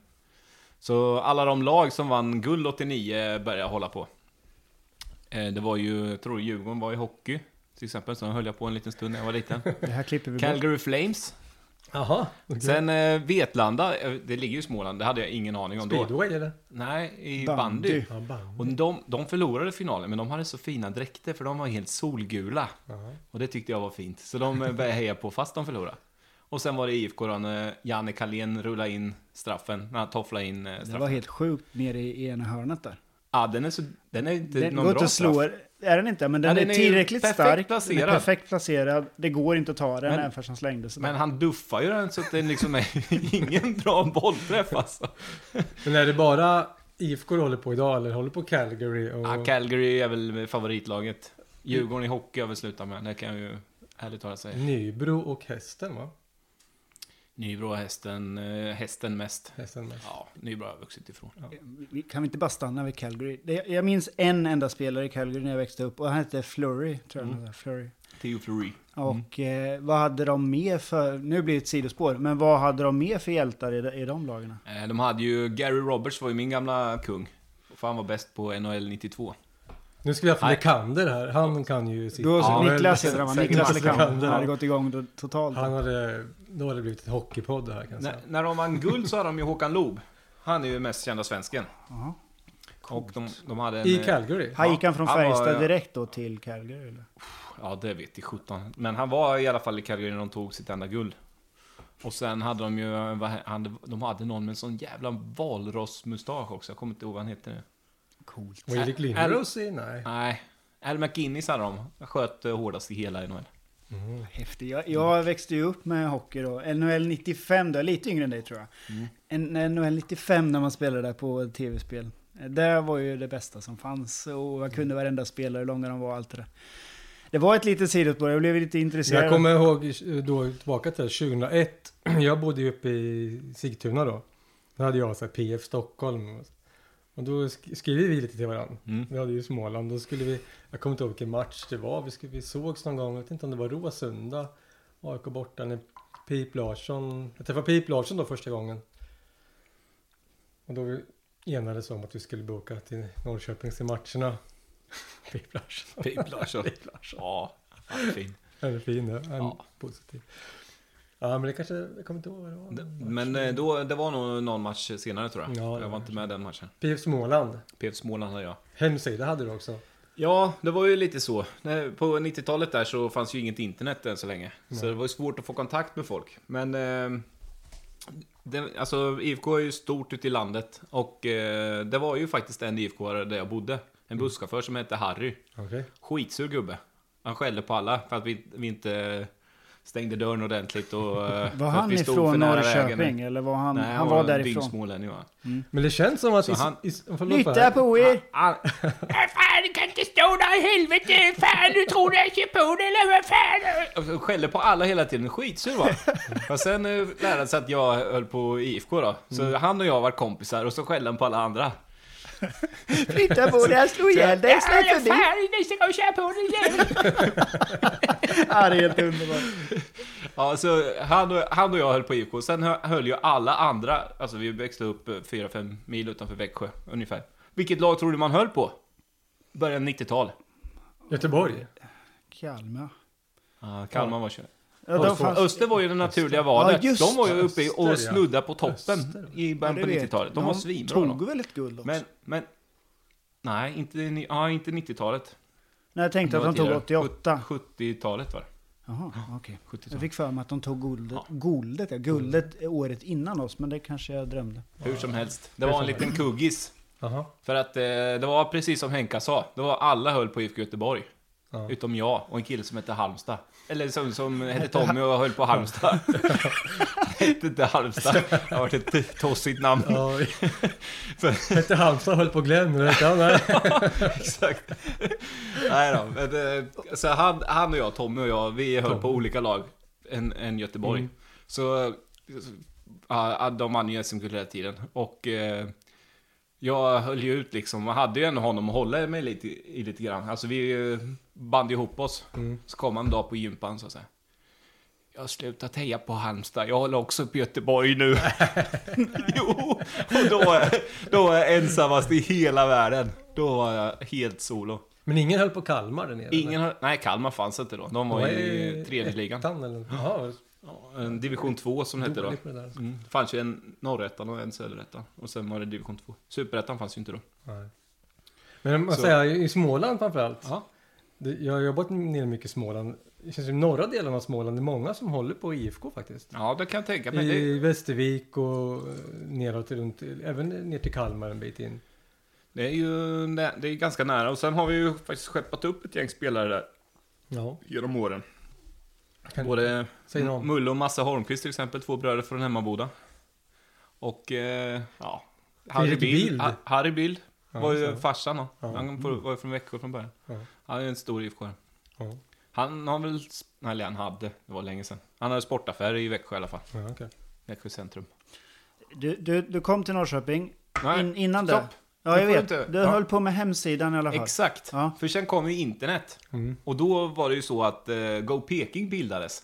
Speaker 2: Så alla de lag som vann guld 89 började jag hålla på. Eh, Det var ju, jag tror Djurgården var i hockey till exempel, så den höll jag på en liten stund när jag var liten.
Speaker 4: Det här klipper vi bort.
Speaker 2: Calgary Flames
Speaker 3: Jaha.
Speaker 2: Sen eh, Vetlanda, eh, det ligger ju i Småland, det hade jag ingen aning om då.
Speaker 3: Speedway eller?
Speaker 2: Nej, i
Speaker 4: Bandy.
Speaker 2: bandy.
Speaker 3: Ja, band.
Speaker 2: Och de, de förlorade finalen, men de hade så fina dräkter för de var helt solgula.
Speaker 3: Jaha.
Speaker 2: Och det tyckte jag var fint. Så de eh, började heja på fast de förlorade. Och sen var det IFK då när Janne Kalén rullade in straffen, när han tofflade in eh,
Speaker 4: Det
Speaker 2: straffen.
Speaker 4: var helt sjukt nere i ena hörnet där.
Speaker 2: Ja, den är, så, den är inte
Speaker 4: Den
Speaker 2: någon bra
Speaker 4: går inte att slå,
Speaker 2: straff.
Speaker 4: är den inte, men den,
Speaker 2: Ja,
Speaker 4: är,
Speaker 2: den är ju
Speaker 4: tillräckligt
Speaker 2: perfekt
Speaker 4: stark. Den
Speaker 2: placerad.
Speaker 4: är perfekt placerad, det går inte att ta den
Speaker 2: Men-
Speaker 4: även fast den slängdes.
Speaker 2: Men han duffar ju den så att det liksom är <laughs> ingen bra bollträff alltså.
Speaker 3: Men är det bara IFK du håller på idag eller håller på Calgary? Och...
Speaker 2: Ja, Calgary är väl favoritlaget. Djurgården i hockey har vi slutat med, det kan jag ju ärligt talat säga.
Speaker 3: Nybro och hästen va?
Speaker 2: Nybro och hästen, eh, hästen mest.
Speaker 3: Hästen mest.
Speaker 2: Ja, Nybro har jag vuxit ifrån.
Speaker 4: Vi- Kan vi inte bara stanna vid Calgary? Det- Jag minns en enda spelare i Calgary när jag växte upp och han hette Flurry, tror jag.
Speaker 2: Mm.
Speaker 4: han hette, Flurry.
Speaker 2: Theo Fleury.
Speaker 4: Och eh, vad hade de med för, nu blir det ett sidospår, men vad hade de med för hjältar i de, i de lagarna?
Speaker 2: Eh, De hade ju, Gary Roberts var ju min gamla kung. För han var bäst på NHL 92.
Speaker 3: Nu ska vi ha
Speaker 2: Nej.
Speaker 3: Lekander här. Han kan ju sitt.
Speaker 4: Du och
Speaker 2: Ja,
Speaker 4: Niklas
Speaker 2: men-
Speaker 4: heter han va?
Speaker 2: säkert
Speaker 4: Niklas
Speaker 2: Mats
Speaker 4: Lekander
Speaker 3: Lekander.
Speaker 4: hade gått igång då, totalt.
Speaker 3: Han hade... Då hade det blivit ett hockeypodd det här kan jag säga.
Speaker 2: När, när de vann guld så hade de ju Håkan Loob. Han är ju mest kända svensken.
Speaker 4: Jaha.
Speaker 2: Och de, de hade en...
Speaker 3: I
Speaker 2: eh,
Speaker 3: Calgary?
Speaker 4: Han gick han från
Speaker 2: han var-
Speaker 4: Färjestad
Speaker 2: ja.
Speaker 4: direkt då till Calgary? Eller?
Speaker 2: Ja, det vet i sjutton. Men han var i alla fall i Calgary när de tog sitt enda guld. Och sen hade de ju, eh, vad he- han- de hade någon med en sån jävla valrossmustasch också. Jag kommer inte ihåg vad han heter nu.
Speaker 4: Coolt.
Speaker 3: Och Erik
Speaker 2: Ä-
Speaker 3: Lindros i? Nej.
Speaker 2: Nej, Al McGinnis hade de. Han sköt eh, hårdast i hela NHL.
Speaker 4: Mm. Häftigt. Jag, jag växte ju upp med hockey då. NHL 95, då, jag är lite yngre än dig tror jag.
Speaker 2: Mm.
Speaker 4: eh, En- NHL 95 när man spelade där på tv-spel. Eh, Det var ju det bästa som fanns och jag
Speaker 2: Mm.
Speaker 4: kunde varenda spelare, hur långa de var och allt det där. Det var ett litet sidospår, jag blev lite intresserad.
Speaker 3: Jag kommer ihåg eh, då tillbaka till <clears throat> 2001. Jag bodde ju uppe i Sigtuna då. Då hade jag så här PF Stockholm. och- Och då sk- skrev vi lite till varandra.
Speaker 2: Mm.
Speaker 3: Vi hade ju Småland. Då skulle vi, jag kommer inte ihåg vilken match det var. Vi, skulle, vi sågs någon gång, jag vet inte om det var Råsunda. AIK borta när Pip Larsson, jag träffade Pip Larsson då första gången. Och då vi enades om att vi skulle boka till Norrköping till matcherna. <laughs> Pip
Speaker 2: <laughs>
Speaker 3: Larsson.
Speaker 2: Pip Larsson.
Speaker 3: Pip Larsson.
Speaker 2: Ja, fan, fin.
Speaker 3: Han är fin, ja. Han är
Speaker 2: Ja.
Speaker 3: positiv. Ja, men det kanske, jag kommer inte ihåg vad det var.
Speaker 2: Men eh, då, det var nog någon match senare tror jag.
Speaker 3: Ja, det
Speaker 2: jag
Speaker 3: var
Speaker 2: var inte med den matchen.
Speaker 3: PF Småland.
Speaker 2: PF Småland hade jag.
Speaker 3: Hemsida hade du också.
Speaker 2: Ja, det var ju lite så. Nej, På 90-talet där så fanns ju inget internet än så länge. Så
Speaker 3: Nej.
Speaker 2: det var ju svårt att få kontakt med folk. Men... Eh, det, alltså IFK är ju stort ute i landet. Och eh, det var ju faktiskt en IFK där jag bodde. En busschaufför som hette Harry.
Speaker 3: Okej.
Speaker 2: Skitsur gubbe. Han skällde på alla för att vi, vi inte stängde dörren ordentligt och... eh,
Speaker 4: <laughs> Var han ifrån Norrköping? Eller var han,
Speaker 2: Nej,
Speaker 4: han var därifrån?
Speaker 2: Dyngsmålänning va?
Speaker 3: Men det känns som
Speaker 2: Så
Speaker 3: att...
Speaker 2: han-
Speaker 3: i, förlåt,
Speaker 4: Lytta på er!
Speaker 2: Ah, fan, du kan inte stå där i helvete! Fan, du tror du kör på det eller vad fan? Jag Skällde på alla hela tiden, skitsur
Speaker 4: <laughs>
Speaker 2: va? Och sen eh, lärde han sig att jag höll på IFK då. Så
Speaker 4: Mm.
Speaker 2: han och jag var kompisar och så skällde han på alla andra.
Speaker 4: Flytta på dig, jag slår ihjäl dig, släpp förbi!
Speaker 2: nästa gång kör på det igen!
Speaker 4: Ja, det är helt underbart.
Speaker 2: Ja, så han och, han och jag höll på IFK. Sen hö- höll ju alla andra, alltså vi växte upp eh, 4-5 mil utanför Växjö ungefär. Vilket lag tror du man höll på? Början 90-tal.
Speaker 3: Göteborg.
Speaker 4: Kalmar.
Speaker 2: Ah, Kalmar var kö-
Speaker 4: Ja, de
Speaker 2: Öster-
Speaker 4: fanns,
Speaker 2: Öster var ju det naturliga valet.
Speaker 4: Ja, just
Speaker 2: de var ju uppe i-
Speaker 3: Öster, ja.
Speaker 2: och snudda på toppen
Speaker 3: Öster.
Speaker 2: i
Speaker 4: ja,
Speaker 2: början
Speaker 4: det
Speaker 2: på
Speaker 4: vet
Speaker 2: 90-talet. De
Speaker 4: jag.
Speaker 2: var
Speaker 4: De
Speaker 2: svinbra. då.
Speaker 4: tog väl ett guld också?
Speaker 2: Men, men... Nej, inte, ni- ja, inte 90-talet.
Speaker 4: Nej, jag tänkte
Speaker 2: Det
Speaker 4: att
Speaker 2: var
Speaker 4: de tog
Speaker 2: tidigare.
Speaker 4: 88.
Speaker 2: 70-talet var det.
Speaker 4: Jaha, okej. Jag
Speaker 2: 70-talet.
Speaker 4: fick för mig att de tog guldet,
Speaker 2: Ja.
Speaker 4: guldet, ja, guldet året innan oss, men det kanske jag drömde.
Speaker 2: Hur som helst. Det var en liten kuggis.
Speaker 3: Jaha.
Speaker 2: För att eh, det var precis som Henka sa. Det var alla höll på IFK Göteborg.
Speaker 3: Ja.
Speaker 2: Utom jag och en kille som hette Halmstad. Eller som, som hette Tommy och höll på
Speaker 4: <laughs>
Speaker 2: Halmstad. <laughs> hette inte Halmstad. Det har varit ett tossigt namn. <laughs>
Speaker 3: Ja, hette Halmstad höll på att glömma det. Ja, nej.
Speaker 2: Exakt. <laughs> Nej då, men, eh, så han, han och jag, Tommy och jag, vi höll på olika lag än, än Göteborg. Så eh, ja, de vann ju SM-guld hela tiden. Och eh, jag höll ju ut liksom, och hade ju ändå honom att hålla mig lite, i lite grann. Alltså vi eh, band ihop oss. Så kom han en dag på gympan så att säga. Jag har slutat heja på Halmstad, jag håller också på Göteborg nu. <laughs> jo, och då, var- då var jag ensammast i hela världen. Då var jag helt solo.
Speaker 3: Men ingen höll på Kalmar där nere?
Speaker 2: Ingen har, Nej, Kalmar fanns inte då. De var i tredje ligan.
Speaker 3: Ettan eller? Jaha,
Speaker 2: Ja, en Division 2 som hette då.
Speaker 3: dålig på det där.
Speaker 2: Mm. Det fanns ju en norrettan och en söderettan. Och sen var det Division 2. Superettan fanns ju inte då.
Speaker 3: Nej. Men man
Speaker 2: Så.
Speaker 3: säger i Småland framförallt.
Speaker 2: Ja.
Speaker 3: Det- Jag har jobbat en del mycket i Småland. Det känns som norra delen av Småland, det är många som håller på IFK faktiskt.
Speaker 2: Ja, det kan jag tänka mig. Det,
Speaker 3: I Västervik och eh, neråt runt, även ner till Kalmar en bit in.
Speaker 2: det är ju nä- det är ganska nära. Och sen har vi ju faktiskt skeppat upp ett gäng spelare där
Speaker 3: Ja.
Speaker 2: genom åren.
Speaker 3: Kan-
Speaker 2: Både
Speaker 3: Säg någon.
Speaker 2: Mulle och Massa Holmqvist till exempel, två bröder från Hemmaboda. Och eh, ja, Harry
Speaker 3: Fredrik
Speaker 2: Bild.
Speaker 3: Bild.
Speaker 2: Ha- Harry Bild
Speaker 3: Ja,
Speaker 2: var
Speaker 3: så.
Speaker 2: ju farsan då.
Speaker 3: Ja. Mm.
Speaker 2: Han får- var ju från Växjö från början.
Speaker 3: Ja.
Speaker 2: Han är ju en stor IFK.
Speaker 3: Ja,
Speaker 2: Han har väl, sp- eller han hade, det var länge sedan. Han hade sportaffärer i Växjö i alla fall.
Speaker 3: ja okej.
Speaker 2: Växjö centrum.
Speaker 4: Du, du, du kom till Norrköping
Speaker 2: Nej,
Speaker 4: in, innan det?
Speaker 2: stopp.
Speaker 4: Ja,
Speaker 2: Det
Speaker 4: jag
Speaker 2: får du
Speaker 4: vet. Du,
Speaker 2: inte. Ja.
Speaker 4: höll på med hemsidan i alla fall.
Speaker 2: Exakt,
Speaker 4: Ja.
Speaker 2: för sen kom ju internet.
Speaker 3: Mm.
Speaker 2: Och då var det ju så att eh, Go Peking bildades.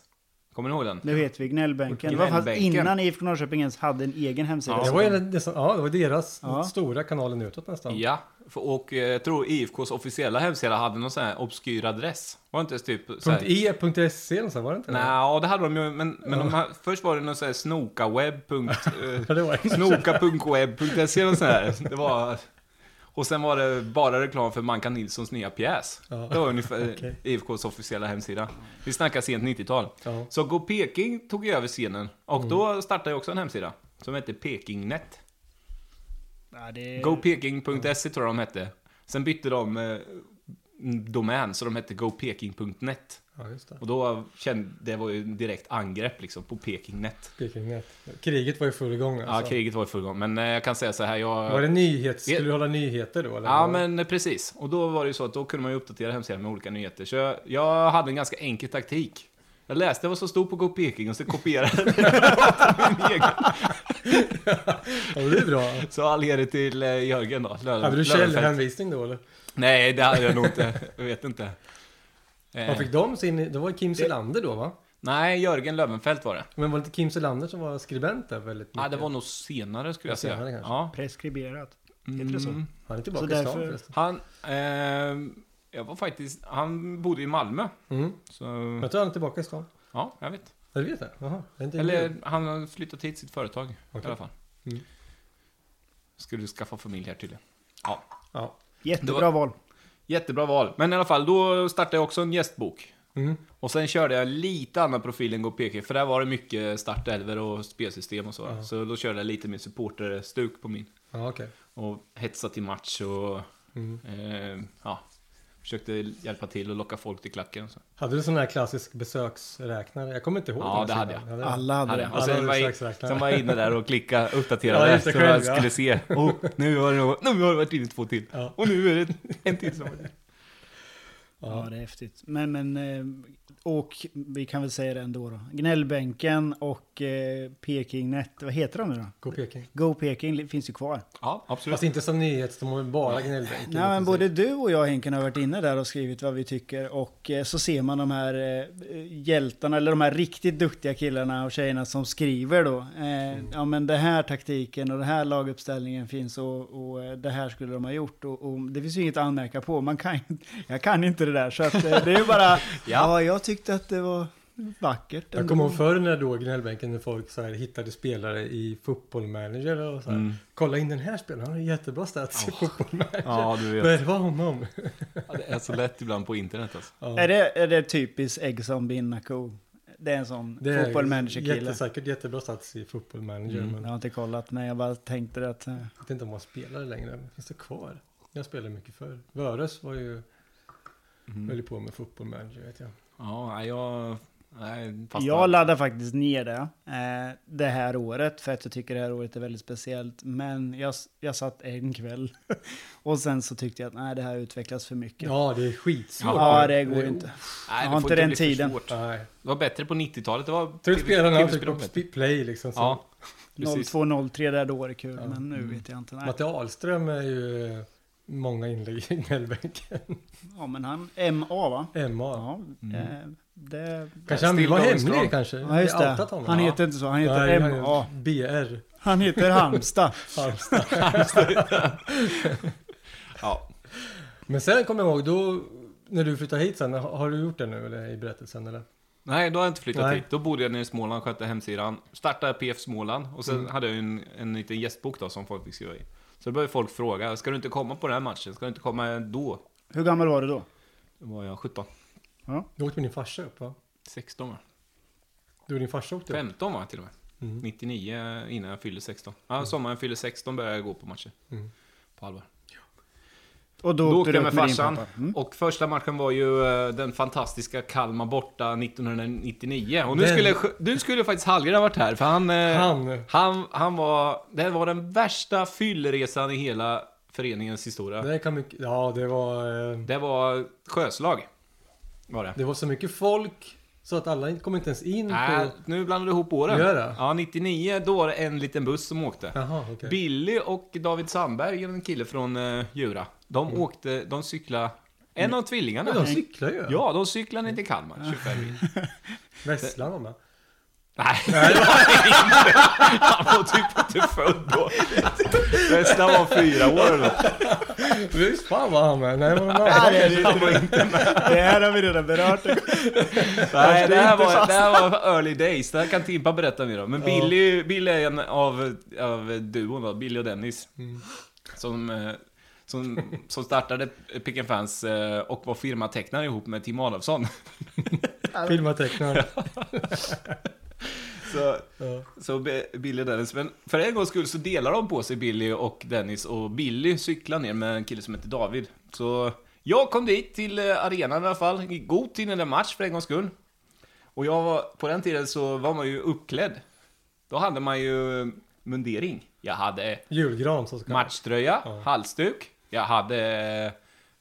Speaker 2: Kommer ni ihåg den?
Speaker 4: Det vet vi, gnällbänken. Det var faktiskt
Speaker 2: Gnällbänken.
Speaker 4: innan IFK Norrköping ens hade en egen hemsida.
Speaker 3: Det var ju nästan, ja, det var deras
Speaker 4: Ja.
Speaker 3: stora kanalen utåt nästan.
Speaker 2: Ja, för, och eh, jag tror IFKs officiella hemsida hade någon sån här obskyr adress. Var det inte ens typ så här-
Speaker 3: E, .e.se eller så, var det inte det?
Speaker 2: Nej, ja, det hade de ju, men, men de här, först var det någon sån här snokaweb.
Speaker 3: <laughs>
Speaker 2: eh,
Speaker 3: Ja, det var det.
Speaker 2: Snoka.web.se eller sån här. Det var... Och sen var det bara reklam för Manka Nilssons nya pjäs.
Speaker 3: Ja.
Speaker 2: Det var ungefär
Speaker 3: <laughs> Okej.
Speaker 2: IFKs officiella hemsida. Vi snackar sent 90-tal.
Speaker 3: Ja. Mm.
Speaker 2: Så Go Peking tog ju över scenen. Och då startade jag också en hemsida. Som hette Pekingnet.
Speaker 4: Ja,
Speaker 3: Eh.
Speaker 4: det...
Speaker 2: GoPeking.se tror jag de hette. Sen bytte de eh, domän, så de hette GoPeking.net.
Speaker 3: Ja, just det.
Speaker 2: Och då kände, det var ju en direkt angrepp liksom på Pekingnet.
Speaker 3: Pekingnät. Kriget var i full gång
Speaker 2: Ja,
Speaker 3: alltså.
Speaker 2: kriget var i full gång, men eh, jag kan säga så här, jag...
Speaker 3: Var det nyhet? Skulle
Speaker 2: Det-
Speaker 3: du hålla nyheter då? Eller?
Speaker 2: Ja, men eh, precis. Och då var det ju så att då kunde man ju uppdatera hemsidan med olika nyheter. Så jag, jag hade en ganska enkel <laughs> taktik. Jag läste vad som stod på GoPeking och så kopierade jag det.
Speaker 3: Ja, men det är bra.
Speaker 2: Så all heder till eh, Jörgen då. Lö-
Speaker 3: Hade
Speaker 2: Löfven.
Speaker 3: du källhänvisning då eller?
Speaker 2: Nej, det hade jag nog inte. Jag vet inte. Eh,
Speaker 3: Vad fick de sin... Det var Kim Selander då va?
Speaker 2: Nej, Jörgen Lövenfält var det.
Speaker 3: Men var det inte Kim Selander som var skribent där väldigt mycket?
Speaker 2: Ja, det var nog senare skulle jag säga.
Speaker 3: Senare kanske.
Speaker 2: Ja.
Speaker 4: Preskriberat. Heter det så?
Speaker 2: Mm.
Speaker 3: Han är tillbaka
Speaker 4: Så
Speaker 3: i stan
Speaker 4: därför-
Speaker 3: förresten.
Speaker 2: Han, eh, jag var faktiskt, han bodde i Malmö.
Speaker 3: Mm.
Speaker 2: Så,
Speaker 3: Jag tror han är tillbaka i stan.
Speaker 2: ja, jag vet.
Speaker 3: Ja, Du vet det? Jaha. Det är inte
Speaker 2: Eller han har flyttat hit sitt företag i
Speaker 3: Okej.
Speaker 2: alla fall.
Speaker 3: Mm.
Speaker 2: Skulle skaffa familj här tydligen. Ja.
Speaker 3: Ja.
Speaker 4: Jättebra
Speaker 2: Det
Speaker 4: val.
Speaker 2: Jättebra val. Men i alla fall, då startade jag också en gästbok.
Speaker 3: Mm.
Speaker 2: Och sen körde jag lite annan profil än GPK, för där var det mycket startelver och spelsystem och så.
Speaker 3: Ja.
Speaker 2: Så då körde jag lite mer supporterstuk på min.
Speaker 3: Ja, okej.
Speaker 2: Och hetsa till match och
Speaker 3: Mm.
Speaker 2: eh, ja, försökte hjälpa till och locka folk till klacken. Och så.
Speaker 3: Hade du sån här klassisk besöksräknare? Jag kommer inte ihåg
Speaker 2: Ja,
Speaker 3: den här
Speaker 2: det hade
Speaker 3: sidan.
Speaker 2: jag.
Speaker 3: Hade du?
Speaker 4: Alla hade
Speaker 2: Hade
Speaker 4: det.
Speaker 2: jag. Och sen
Speaker 3: Alla
Speaker 2: var, jag,
Speaker 3: besöksräknare.
Speaker 2: sen var jag inne där och <laughs> klicka uppdatera
Speaker 3: Ja,
Speaker 2: ja,
Speaker 3: just
Speaker 2: så
Speaker 3: det, själv,
Speaker 2: jag
Speaker 3: ja.
Speaker 2: skulle <laughs> se. Och nu har, det, nu har det varit inne två till.
Speaker 3: Ja.
Speaker 2: Och nu är det en till som har varit
Speaker 4: Ja, det är häftigt. Men, men, eh, och vi kan väl säga det ändå då. Gnällbänken och eh, Pekingnet, vad heter de nu då?
Speaker 3: Gå Peking.
Speaker 4: Go Peking li- finns ju kvar.
Speaker 2: Ja, absolut.
Speaker 3: Fast inte som nyhet, de har ju bara gnällbänken.
Speaker 4: Nej, men både du och jag Henken har varit inne där och skrivit vad vi tycker och eh, så ser man de här eh, hjältarna eller de här riktigt duktiga killarna och tjejerna som skriver då.
Speaker 3: Mm.
Speaker 4: Eh, ja men det här taktiken och den här laguppställningen finns och, och eh, det här skulle de ha gjort och, och det finns ju inget att anmärka på. Man kan, ju- jag kan inte det där så att, eh, det är ju
Speaker 3: <laughs>
Speaker 4: bara, ja. jag tyckte att det var vackert.
Speaker 3: Jag kommer ihåg förr när då gnällbänken när folk så här hittade spelare i fotbollmanager och så här.
Speaker 2: Mm.
Speaker 3: Kolla in den här spelaren, han har jättebra stats i fotbollmanager.
Speaker 2: Ja, du vet.
Speaker 3: Värva honom.
Speaker 2: Ja, Det är så lätt ibland på internet alltså.
Speaker 3: Ja.
Speaker 4: Är det, är det typiskt Eggson Binnako? Det är en sån
Speaker 3: Det är
Speaker 4: fotboll manager-kille.
Speaker 3: Jättesäkert jättebra stats i fotbollmanager.
Speaker 2: Mm.
Speaker 3: Men
Speaker 4: Jag
Speaker 3: jag
Speaker 4: har inte kollat, men jag bara tänkte att... eh,
Speaker 3: vet inte om han spelar längre. Finns det kvar? Jag spelade mycket förr. Vöres var ju,
Speaker 2: Mm.
Speaker 3: höll ju på med fotbollmanager vet jag.
Speaker 2: Ja, nej, jag... Nej, fast
Speaker 4: Jag laddar faktiskt ner det eh, det här året för att jag tycker det här året är väldigt speciellt. Men jag, s- jag satt en kväll <laughs> och sen så tyckte jag att nej, det här utvecklas för mycket. Ja,
Speaker 3: Ja, det är skitsvårt.
Speaker 4: det går inte.
Speaker 2: nej, det
Speaker 4: jag har
Speaker 2: får
Speaker 4: inte den
Speaker 2: bli för
Speaker 4: tiden.
Speaker 2: svårt.
Speaker 3: Nej.
Speaker 2: Det var bättre på 90-talet. Det var
Speaker 3: Tror du spelarna
Speaker 2: TV-spel
Speaker 3: trycker på
Speaker 2: bättre.
Speaker 3: sp- play liksom. Så.
Speaker 2: Ja, precis.
Speaker 4: 0203 där då är det kul,
Speaker 3: Ja.
Speaker 4: men nu vet jag inte. Nej.
Speaker 3: Matte Ahlström är ju eh, många inlägg i <laughs> gnällbänken.
Speaker 4: Ja, men han, MA va?
Speaker 3: MA.
Speaker 4: Ja, eh, det...
Speaker 3: Kanske han vill vara
Speaker 2: Still going
Speaker 3: hemlig
Speaker 2: strong.
Speaker 3: kanske.
Speaker 4: Ja, just
Speaker 3: Vi har outat
Speaker 4: det.
Speaker 3: honom.
Speaker 4: Han
Speaker 3: Ja.
Speaker 4: heter inte så, han heter
Speaker 3: Nej,
Speaker 4: MA.
Speaker 3: han- BR.
Speaker 4: Han heter Halmstad.
Speaker 3: Halmstad.
Speaker 2: <laughs> Ja.
Speaker 3: <laughs> Men sen kommer jag ihåg, då, när du flyttade hit sen, har har du gjort det nu eller i berättelsen eller?
Speaker 2: Nej, då har jag inte flyttat
Speaker 3: Nej.
Speaker 2: hit. Då bodde jag nere i Småland, skötte hemsidan, startade PF Småland och
Speaker 3: Mm.
Speaker 2: sen hade jag ju en, en liten gästbok då som folk fick skriva i. Så då började folk fråga, ska du inte komma på den här matchen? Ska du inte komma då?
Speaker 4: Hur gammal var du då?
Speaker 2: Då var jag 17,
Speaker 3: Då åkte med din farsa upp va?
Speaker 2: 16 va?
Speaker 3: Du och din farsa åkte upp?
Speaker 2: 15 va till och med?
Speaker 3: Mm.
Speaker 2: 99 innan jag fyllde 16. Ja, sommaren jag fyllde 16 började jag gå på matcher.
Speaker 3: Mm.
Speaker 2: På allvar.
Speaker 4: Och
Speaker 2: Då
Speaker 4: åkte
Speaker 2: åkte
Speaker 4: du
Speaker 2: jag med
Speaker 4: upp din
Speaker 2: farsan.
Speaker 4: pappa. Mm.
Speaker 2: Och första matchen var ju eh, den fantastiska Kalmar borta 1999. Och nu
Speaker 3: Den-
Speaker 2: skulle, nu skulle faktiskt Hallgren ha varit här, för han... eh,
Speaker 3: Han!
Speaker 2: Han, han var... Det här var den värsta fyllresan i hela föreningens historia.
Speaker 3: Det kan mycket, ja det var... eh,
Speaker 2: Det var sjöslag. Var det.
Speaker 3: Det var så mycket folk så att alla inte- kom inte ens in
Speaker 2: Nej,
Speaker 3: på...
Speaker 2: nu blandar du ihop åren.
Speaker 3: Gör det?
Speaker 2: Ja, 99, då var det en liten buss som åkte.
Speaker 3: Jaha, okej.
Speaker 2: Billy och David Sandberg, en kille från eh, Djura. De åkte, de cyklade... En av tvillingarna.
Speaker 3: Men Mm. de cyklar ju!
Speaker 2: Ja, de cyklade ner till Kalmar, 25 <laughs> mil.
Speaker 3: Vesslan var med.
Speaker 2: Nej, <laughs> det var inte. Han var typ inte född då. Bästa var fyra år då.
Speaker 3: Visst fan var han med? <laughs> Nej, men
Speaker 4: Ja,
Speaker 3: han
Speaker 4: det, är det, det här har vi
Speaker 2: <laughs>
Speaker 4: redan berört.
Speaker 2: Nej, det här,
Speaker 4: inte
Speaker 2: var,
Speaker 4: fast.
Speaker 2: det här var early days. Det här kan Timpa berätta mer om. Men Billy, Billy är en av, av duon då, Billy och Dennis. Som, eh, som, som startade Pick Fans eh, och var firmatecknare ihop med Tim Adolfsson.
Speaker 3: filmar tecknar.
Speaker 2: Så,
Speaker 3: Ja.
Speaker 2: så Be- Billy och Dennis. Men för en gångs skull så delar de på sig Billy och Dennis. Och Billy cyklar ner med en kille som heter David. Så jag kom dit till eh, arenan i alla fall. I god tid innan match för en gångs skull. Och jag var, på den tiden så var man ju uppklädd. Då hade man ju eh, mundering. Jag hade
Speaker 3: Julgran så ska
Speaker 2: matchtröja,
Speaker 3: Ja.
Speaker 2: halsduk, jag hade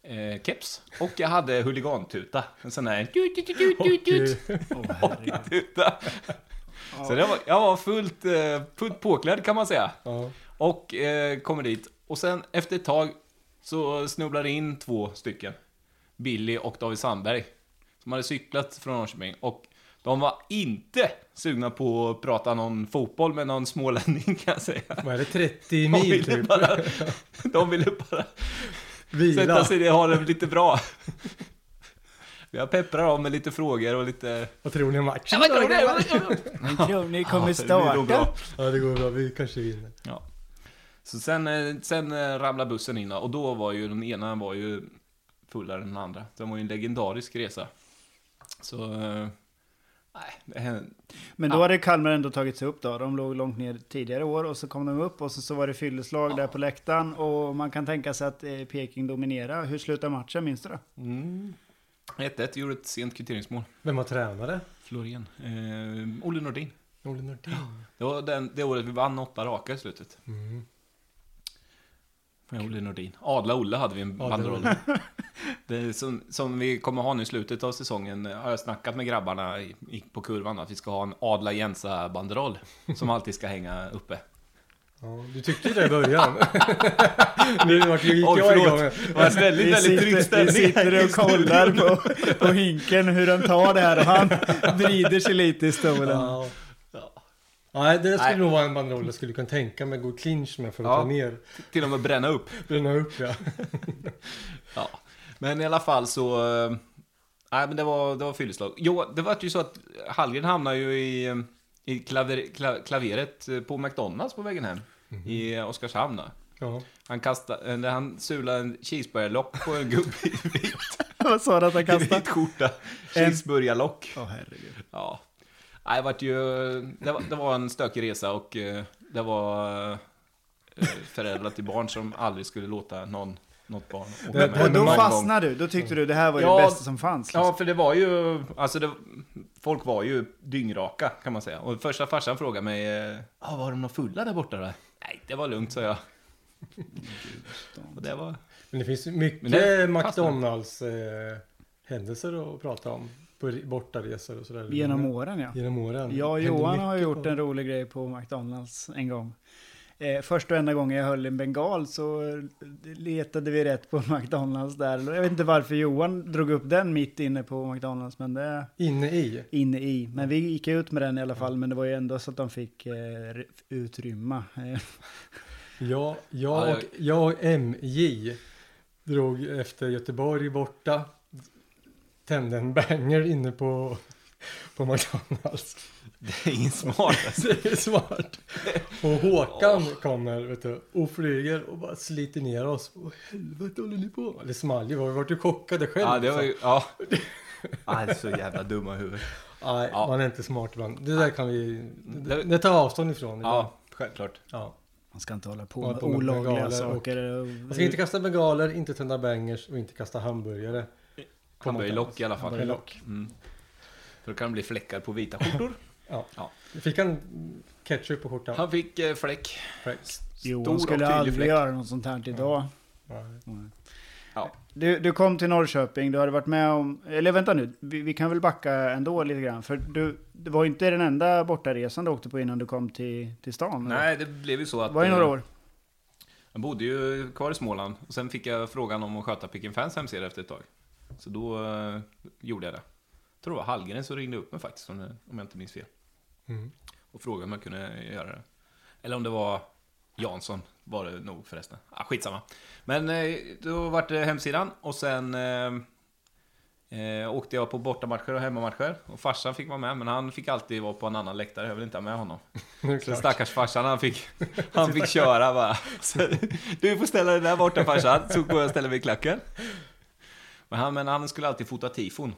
Speaker 2: eh, keps och jag hade huligantuta. En sån här...
Speaker 3: Och, eh,
Speaker 2: Tuta. Så det var, jag var fullt, eh, fullt påklädd kan man säga.
Speaker 3: Ja.
Speaker 2: Och eh, kommer dit. Och sen efter ett tag så snubblar det in två stycken. Billy och David Sandberg. Som hade cyklat från Norrköping. Och de var inte sugna på att prata någon fotboll med någon smålänning kan jag säga.
Speaker 3: Vad är det, 30
Speaker 2: De
Speaker 3: mil
Speaker 2: ville
Speaker 3: typ?
Speaker 2: bara, de ville bara sätta
Speaker 3: Vila.
Speaker 2: sig ner och ha det lite bra. Jag pepprar dem med lite frågor och lite...
Speaker 3: Vad tror ni om matchen?
Speaker 2: vad tror du?
Speaker 4: Ni tror ni kommer
Speaker 2: Ja, det blir nog
Speaker 4: starta?
Speaker 2: bra.
Speaker 3: Ja, det går bra. Vi kanske vinner.
Speaker 2: Ja. Så sen, eh, sen eh, ramlade bussen in då, och då var ju den ena var ju fullare än den andra. Det var ju en legendarisk resa. Så... eh, Nej, det hände.
Speaker 4: Men då hade Kalmar ändå tagit sig upp då. De låg långt ner tidigare år och så kom de upp och så, så var det fylleslag där på läktaren. Och man kan tänka sig att eh, Peking dominerar. Hur slutar matchen, minns du det?
Speaker 2: Mm. 1-1 gjorde ett sent kvitteringsmål.
Speaker 3: Vem har tränare?
Speaker 2: Florén. Eh, Olle Nordin.
Speaker 3: Olle Nordin.
Speaker 2: Det var den, det året vi vann åtta raka i slutet.
Speaker 3: Mm.
Speaker 2: Med Olle Nordin. Adla Olle hade vi en
Speaker 3: Adla
Speaker 2: banderoll. <laughs> Det är som, som vi kommer ha nu i slutet av säsongen eh, har jag snackat med grabbarna i, i, på kurvan att vi ska ha en Adla Jensa-banderoll som alltid ska hänga uppe.
Speaker 3: Ja, du tyckte ju det
Speaker 2: <laughs>
Speaker 3: i början. nu vart- gick
Speaker 2: Oj,
Speaker 3: jag igång.
Speaker 2: förlåt. Det var en väldigt, väldigt trygg
Speaker 4: vi
Speaker 2: ställning. <laughs>
Speaker 4: sitter och kollar på, på Hinken hur den tar det här och han vrider sig lite i stolen.
Speaker 3: Ja. Nej, det skulle
Speaker 2: Nej.
Speaker 3: nog vara en banderoll jag skulle kunna tänka mig gå i clinch med för att
Speaker 2: Ja.
Speaker 3: ta ner,
Speaker 2: Till och med bränna upp.
Speaker 3: bränna upp ja.
Speaker 2: Ja. Men i alla fall så... eh, Nej, men det var, det var fylleslag. Jo, det var ju så att Hallgren hamnade ju i, eh, i klaver, kla, klaveret eh, på McDonalds på vägen hem.
Speaker 4: Mhm.
Speaker 2: I eh, Oskarshamn. då.
Speaker 3: ja.
Speaker 2: Han kastade, eh, när han sulade en cheeseburgarlock på en gubbe i vit-
Speaker 4: Vad sa du att han
Speaker 2: i
Speaker 4: kastade?
Speaker 2: vit skjorta.
Speaker 4: En-
Speaker 2: Cheeseburgarlock.
Speaker 4: Åh herregud.
Speaker 2: Ja. Nej, det var ju... eh, Det var, det var en stökig resa och eh, det var eh, föräldrar till barn som aldrig skulle låta någon, något barn åka
Speaker 3: Det-
Speaker 2: med.
Speaker 4: Och då
Speaker 2: någon gång.
Speaker 4: fastnade du? Då tyckte du det här var ju
Speaker 2: Ja,
Speaker 4: det bästa som fanns? Liksom.
Speaker 2: Ja, för det var ju, alltså det, folk var ju dyngraka kan man säga. Och första farsan frågade mig, eh, ah, var de några fulla där borta då? Nej, det var lugnt sa jag. Och det var,
Speaker 3: Men det finns ju
Speaker 2: Men
Speaker 3: mycket
Speaker 2: det-
Speaker 3: McDonalds eh, händelser att prata om. På re- bortaresor och sådär.
Speaker 4: Genom åren ja.
Speaker 3: Genom åren.
Speaker 4: Jag och
Speaker 3: Händer
Speaker 4: Johan
Speaker 3: mycket
Speaker 4: har gjort
Speaker 3: på-
Speaker 4: en rolig grej på McDonalds en gång. Eh, första och enda gången jag höll en bengal så eh, letade vi rätt på <laughs> McDonalds där. Jag vet inte varför Johan drog upp den mitt inne på McDonalds, men det
Speaker 3: Inne i.
Speaker 4: inne i. Men vi gick ut med den i alla fall, men det var ju ändå så att de fick eh, re- utrymma. Eh,
Speaker 3: Jag,
Speaker 2: Ja,
Speaker 3: jag,
Speaker 2: jag-
Speaker 3: och, jag och MJ drog efter Göteborg borta. Tände en banger inne på, på McDonalds. <laughs>
Speaker 2: det är ingen smart.
Speaker 3: Det är smart. Och Håkan kommer vet du, och flyger och bara sliter ner oss. Åh helvete håller ni på med? Det small ju. Vi var ju chockade själv.
Speaker 2: <laughs> Ja, det var ju, ja. Ah, det är så jävla dumma huvud.
Speaker 3: Nej,
Speaker 2: Ja.
Speaker 3: man är inte smart ibland. Det där kan vi...
Speaker 2: Det-
Speaker 3: Det, det tar jag avstånd ifrån.
Speaker 2: Ja, självklart.
Speaker 3: Ja.
Speaker 4: Man ska inte hålla på
Speaker 3: Hålla
Speaker 4: med
Speaker 3: på med bengaler
Speaker 4: olagliga
Speaker 3: och-
Speaker 4: saker.
Speaker 3: Man ska inte kasta bengaler, inte tända bangers och inte kasta hamburgare.
Speaker 2: Han börjar lock i alla
Speaker 3: Han börjar
Speaker 2: fall.
Speaker 3: lock.
Speaker 2: Mm. För då kan det bli fläckar på vita skjortor.
Speaker 3: Ja.
Speaker 2: Ja.
Speaker 3: Fick han ketchup på skjortan?
Speaker 2: Han fick eh, fläck.
Speaker 3: Fräckt.
Speaker 4: Johan
Speaker 2: och
Speaker 4: skulle
Speaker 2: tydlig
Speaker 4: aldrig
Speaker 2: fläkt.
Speaker 4: göra något sånt här idag.
Speaker 3: Nej.
Speaker 2: Ja.
Speaker 4: Du, du kom till Norrköping, du hade varit med om... Eller vänta nu, vi, vi kan väl backa ändå lite grann. För du, det var ju inte den enda bortaresan du åkte på innan du kom till, till stan. eller?
Speaker 2: Nej, det blev ju så
Speaker 4: Det
Speaker 2: att...
Speaker 4: var ju några
Speaker 2: eh,
Speaker 4: år.
Speaker 2: Jag bodde ju kvar i Småland och sen fick jag frågan om att sköta Pick Fans hemsida efter ett tag. Så då eh, gjorde jag det. Jag tror det var Hallgren som ringde upp mig faktiskt, om, eh, om jag inte minns fel.
Speaker 3: Mm.
Speaker 2: Och frågade om jag kunde göra det. Eller om det var Jansson, var det nog förresten. Ah, skitsamma. Men eh, då vart det hemsidan och sen eh, eh, åkte jag på bortamatcher och hemmamatcher. Och farsan fick vara med, men han fick alltid vara på en annan läktare. Jag vill inte ha med honom.
Speaker 3: Nu är det
Speaker 2: Så
Speaker 3: klart.
Speaker 2: stackars farsan, han fick, han fick köra bara. Så, du får ställa dig där borta farsan, så går jag och ställer mig i klacken. Men han, men han skulle alltid fota tifon.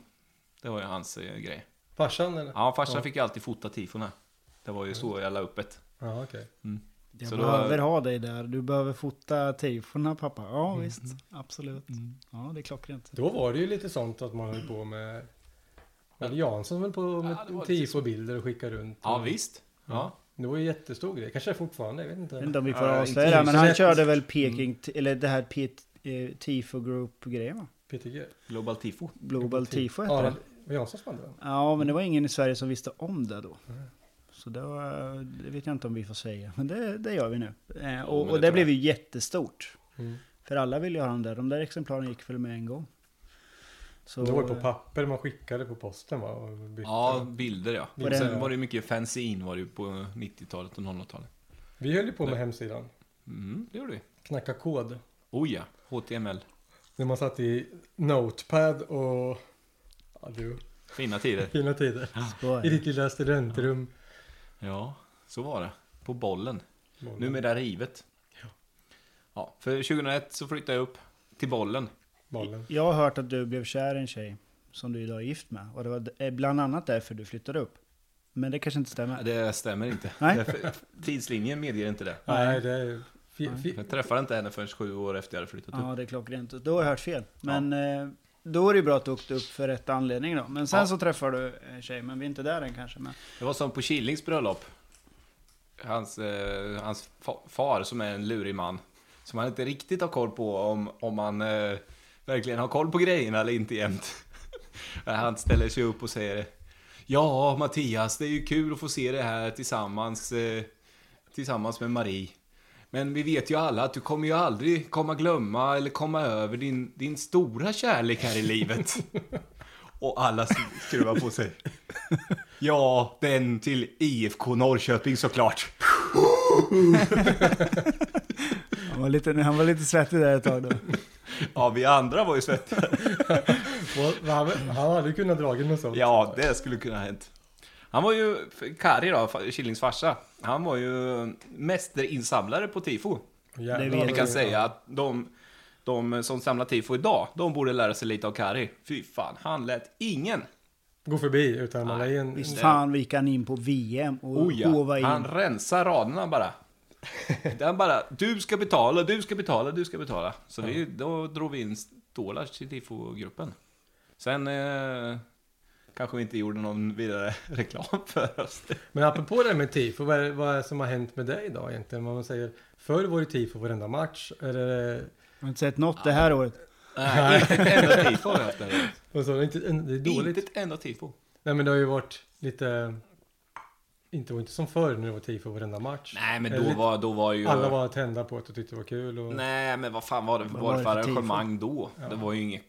Speaker 2: Det var ju hans eh, grej.
Speaker 3: Farsan eller?
Speaker 2: Ja, farsan
Speaker 3: Ja.
Speaker 2: fick ju alltid fota tifona. Det var ju så jag la upp det.
Speaker 3: Ja, okej.
Speaker 4: Jag
Speaker 2: så då-
Speaker 4: behöver ha dig där. Du behöver fota tifona pappa. Ja visst, absolut. Ja, det är klockrent.
Speaker 3: Då var det ju lite sånt att man höll på med... Var det Jansson som höll på med
Speaker 2: Ja, det var lite
Speaker 3: tifobilder och skickade runt?
Speaker 2: Ja, visst. Ja.
Speaker 3: Det var ju jättestor grej. Kanske fortfarande, jag vet
Speaker 4: Jag
Speaker 3: inte.
Speaker 4: vet inte om vi får
Speaker 2: Ja,
Speaker 4: avslöja
Speaker 3: inte
Speaker 4: det, men han
Speaker 3: rätt.
Speaker 4: körde väl Peking, eller det här P- eh, Tifo Group-grejen va?
Speaker 3: PTG.
Speaker 2: Global tifo.
Speaker 4: Global Tifo hette
Speaker 3: Ja,
Speaker 4: det.
Speaker 3: det var Jansson som hade den.
Speaker 4: Ja, men det var ingen i Sverige som visste om det då. Så då, eh, det vet jag inte om vi får säga, men det, det gör vi nu. Eh,
Speaker 2: men
Speaker 4: och,
Speaker 2: det
Speaker 4: och
Speaker 2: tror
Speaker 4: det
Speaker 2: jag.
Speaker 4: blev ju jättestort.
Speaker 3: Mm.
Speaker 4: För alla ville ju ha dem där. De där exemplaren gick väl med en gång. Så,
Speaker 3: Det var ju på
Speaker 4: eh,
Speaker 3: papper man skickade på posten va? Och bytte.
Speaker 2: Ja, bilder ja.
Speaker 4: På den-
Speaker 2: Sen var det ju mycket fanzine var det ju på 90-talet och 00-talet.
Speaker 3: Vi höll ju på med hemsidan.
Speaker 2: Mm, det gjorde vi.
Speaker 3: Knacka kod.
Speaker 2: Oh ja, HTML.
Speaker 3: När man satt i Notepad och... Ja du,
Speaker 2: Fina tider.
Speaker 3: fina tider. I
Speaker 4: spår.
Speaker 3: ditt lilla studentrum.
Speaker 2: Ja, så var det. På bollen.
Speaker 3: Bollen.
Speaker 2: Numera rivet.
Speaker 3: Ja.
Speaker 2: Ja, för 2001 så flyttade jag upp till bollen.
Speaker 3: Bollen.
Speaker 4: Jag har hört att du blev kär i en tjej som du idag är gift med. Och det var d- eh, bland annat därför du flyttade upp. Men det kanske inte stämmer.
Speaker 2: Det stämmer inte.
Speaker 4: Nej.
Speaker 2: Därför- Tidslinjen medger inte det.
Speaker 3: Nej, det är... Fi, fi,
Speaker 2: Jag träffade inte henne förrän sju år efter jag hade flyttat upp.
Speaker 4: Ja, det är klockrent. Då har jag hört fel. Men eh, då är det ju bra att du åkte upp för rätt anledning då. Men sen
Speaker 2: Ja.
Speaker 4: så träffar du en tjej, men vi är inte där än kanske. Men,
Speaker 2: Det var som på Killings bröllop. Hans, eh, hans fa- far som är en lurig man. Som han inte riktigt har koll på om, om han eh, verkligen har koll på grejerna eller inte jämt. <laughs> Men han ställer sig upp och säger Ja Mattias, det är ju kul att få se det här tillsammans, eh, tillsammans med Marie. Men vi vet ju alla att du kommer ju aldrig komma glömma eller komma över din, din stora kärlek här i livet. Och alla skruvar på sig. Ja, den till IFK Norrköping såklart.
Speaker 4: han, var lite, han var lite svettig där ett tag då.
Speaker 2: Ja, vi andra var ju svettiga.
Speaker 3: vad- vad- han hade ju kunnat dra något sånt.
Speaker 2: Ja, det skulle kunna ha hänt. Han var ju, Kari då, Killings farsa, han var ju mästerinsamlare på tifo.
Speaker 3: Jävlar,
Speaker 4: Det vet
Speaker 3: vad
Speaker 2: Jag kan säga att de, de som samlar tifo idag, de borde lära sig lite av Kari. Fy fan, han lät ingen.
Speaker 3: Gå förbi utan man la in...
Speaker 4: Visst fan vi gick han in på VM och
Speaker 2: Oh
Speaker 4: håva
Speaker 2: ja,
Speaker 4: in.
Speaker 2: han rensar raderna bara. Den bara, du ska betala, du ska betala, du ska betala. Så vi, då drog vi in stålar till tifogruppen. Sen eh, kanske vi inte gjorde någon vidare <laughs> reklam för oss.
Speaker 3: Men apropå det här med tifo, vad är, vad är det som har hänt med dig idag egentligen? Om Man säger, förr var det tifo varenda match. Eller,
Speaker 4: Har inte sett något det här året.
Speaker 2: Nej, inte <laughs> ett enda tifo har jag haft där. <laughs>
Speaker 3: och så, inte, det är dåligt.
Speaker 2: Inte ett enda tifo.
Speaker 3: Nej men det har ju varit lite... Inte, det var inte som förr när det var tifo varenda match.
Speaker 2: Nej, men
Speaker 3: Eller
Speaker 2: då
Speaker 3: lite-
Speaker 2: var, då var ju...
Speaker 3: Alla var tända på att och tyckte det var kul. Och,
Speaker 2: Nej, men vad fan var det, vad var det för arrangemang då? Det var ju inget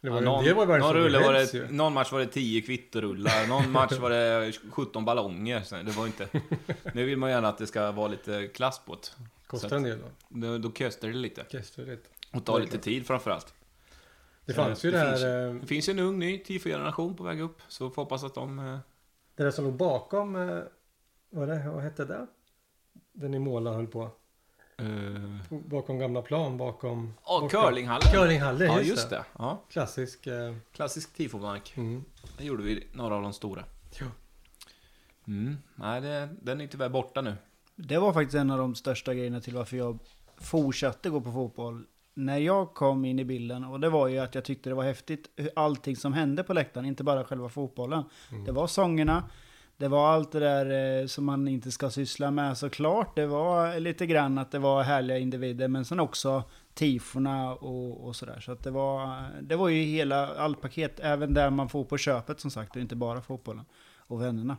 Speaker 3: det var,
Speaker 2: ja, någon,
Speaker 3: det var ju världens
Speaker 2: någon, rulle var
Speaker 3: överhets
Speaker 2: det,
Speaker 3: ju.
Speaker 2: någon match var det 10 kvittorullar, någon
Speaker 3: <laughs>
Speaker 2: match var det 17 ballonger. Så Det var inte... Nu vill man gärna att det ska vara lite klass på det.
Speaker 3: Kostade
Speaker 2: Så
Speaker 3: en
Speaker 2: att-
Speaker 3: del då.
Speaker 2: Då, då kostar det lite.
Speaker 3: Kostade det.
Speaker 2: Och tar lite tid framförallt.
Speaker 3: Det fanns ju det,
Speaker 2: Det finns
Speaker 3: här... eh,
Speaker 2: Det finns ju en ung ny TIFO-generation på väg upp. Så får hoppas att de... eh,
Speaker 3: Det där som låg bakom... eh, Vad, det, vad hette det? Den i Måla höll på.
Speaker 2: eh,
Speaker 3: Bakom gamla plan, bakom...
Speaker 2: Ja,
Speaker 3: borta.
Speaker 2: curlinghallen.
Speaker 3: Curlinghallen,
Speaker 2: Ja,
Speaker 3: just
Speaker 2: just
Speaker 3: det.
Speaker 2: det. Ja.
Speaker 3: Klassisk... Eh,
Speaker 2: Klassisk tifo-mark.
Speaker 3: mm.
Speaker 2: Det gjorde vi några av de stora.
Speaker 3: Ja.
Speaker 2: Mm. Nej, det, den är tyvärr borta nu.
Speaker 4: Det var faktiskt en av de största grejerna till varför jag fortsatte gå på fotboll. När jag kom in i bilden, och det var ju att jag tyckte det var häftigt hur allting som hände på läktaren, inte bara själva fotbollen. Det var sångerna, det var allt det där eh, som man inte ska syssla med såklart. Det var lite grann att det var härliga individer, men sen också tifona och, och sådär. Så att det var, det var ju hela, allt paket, även där man får på köpet som sagt, och inte bara fotbollen och vännerna.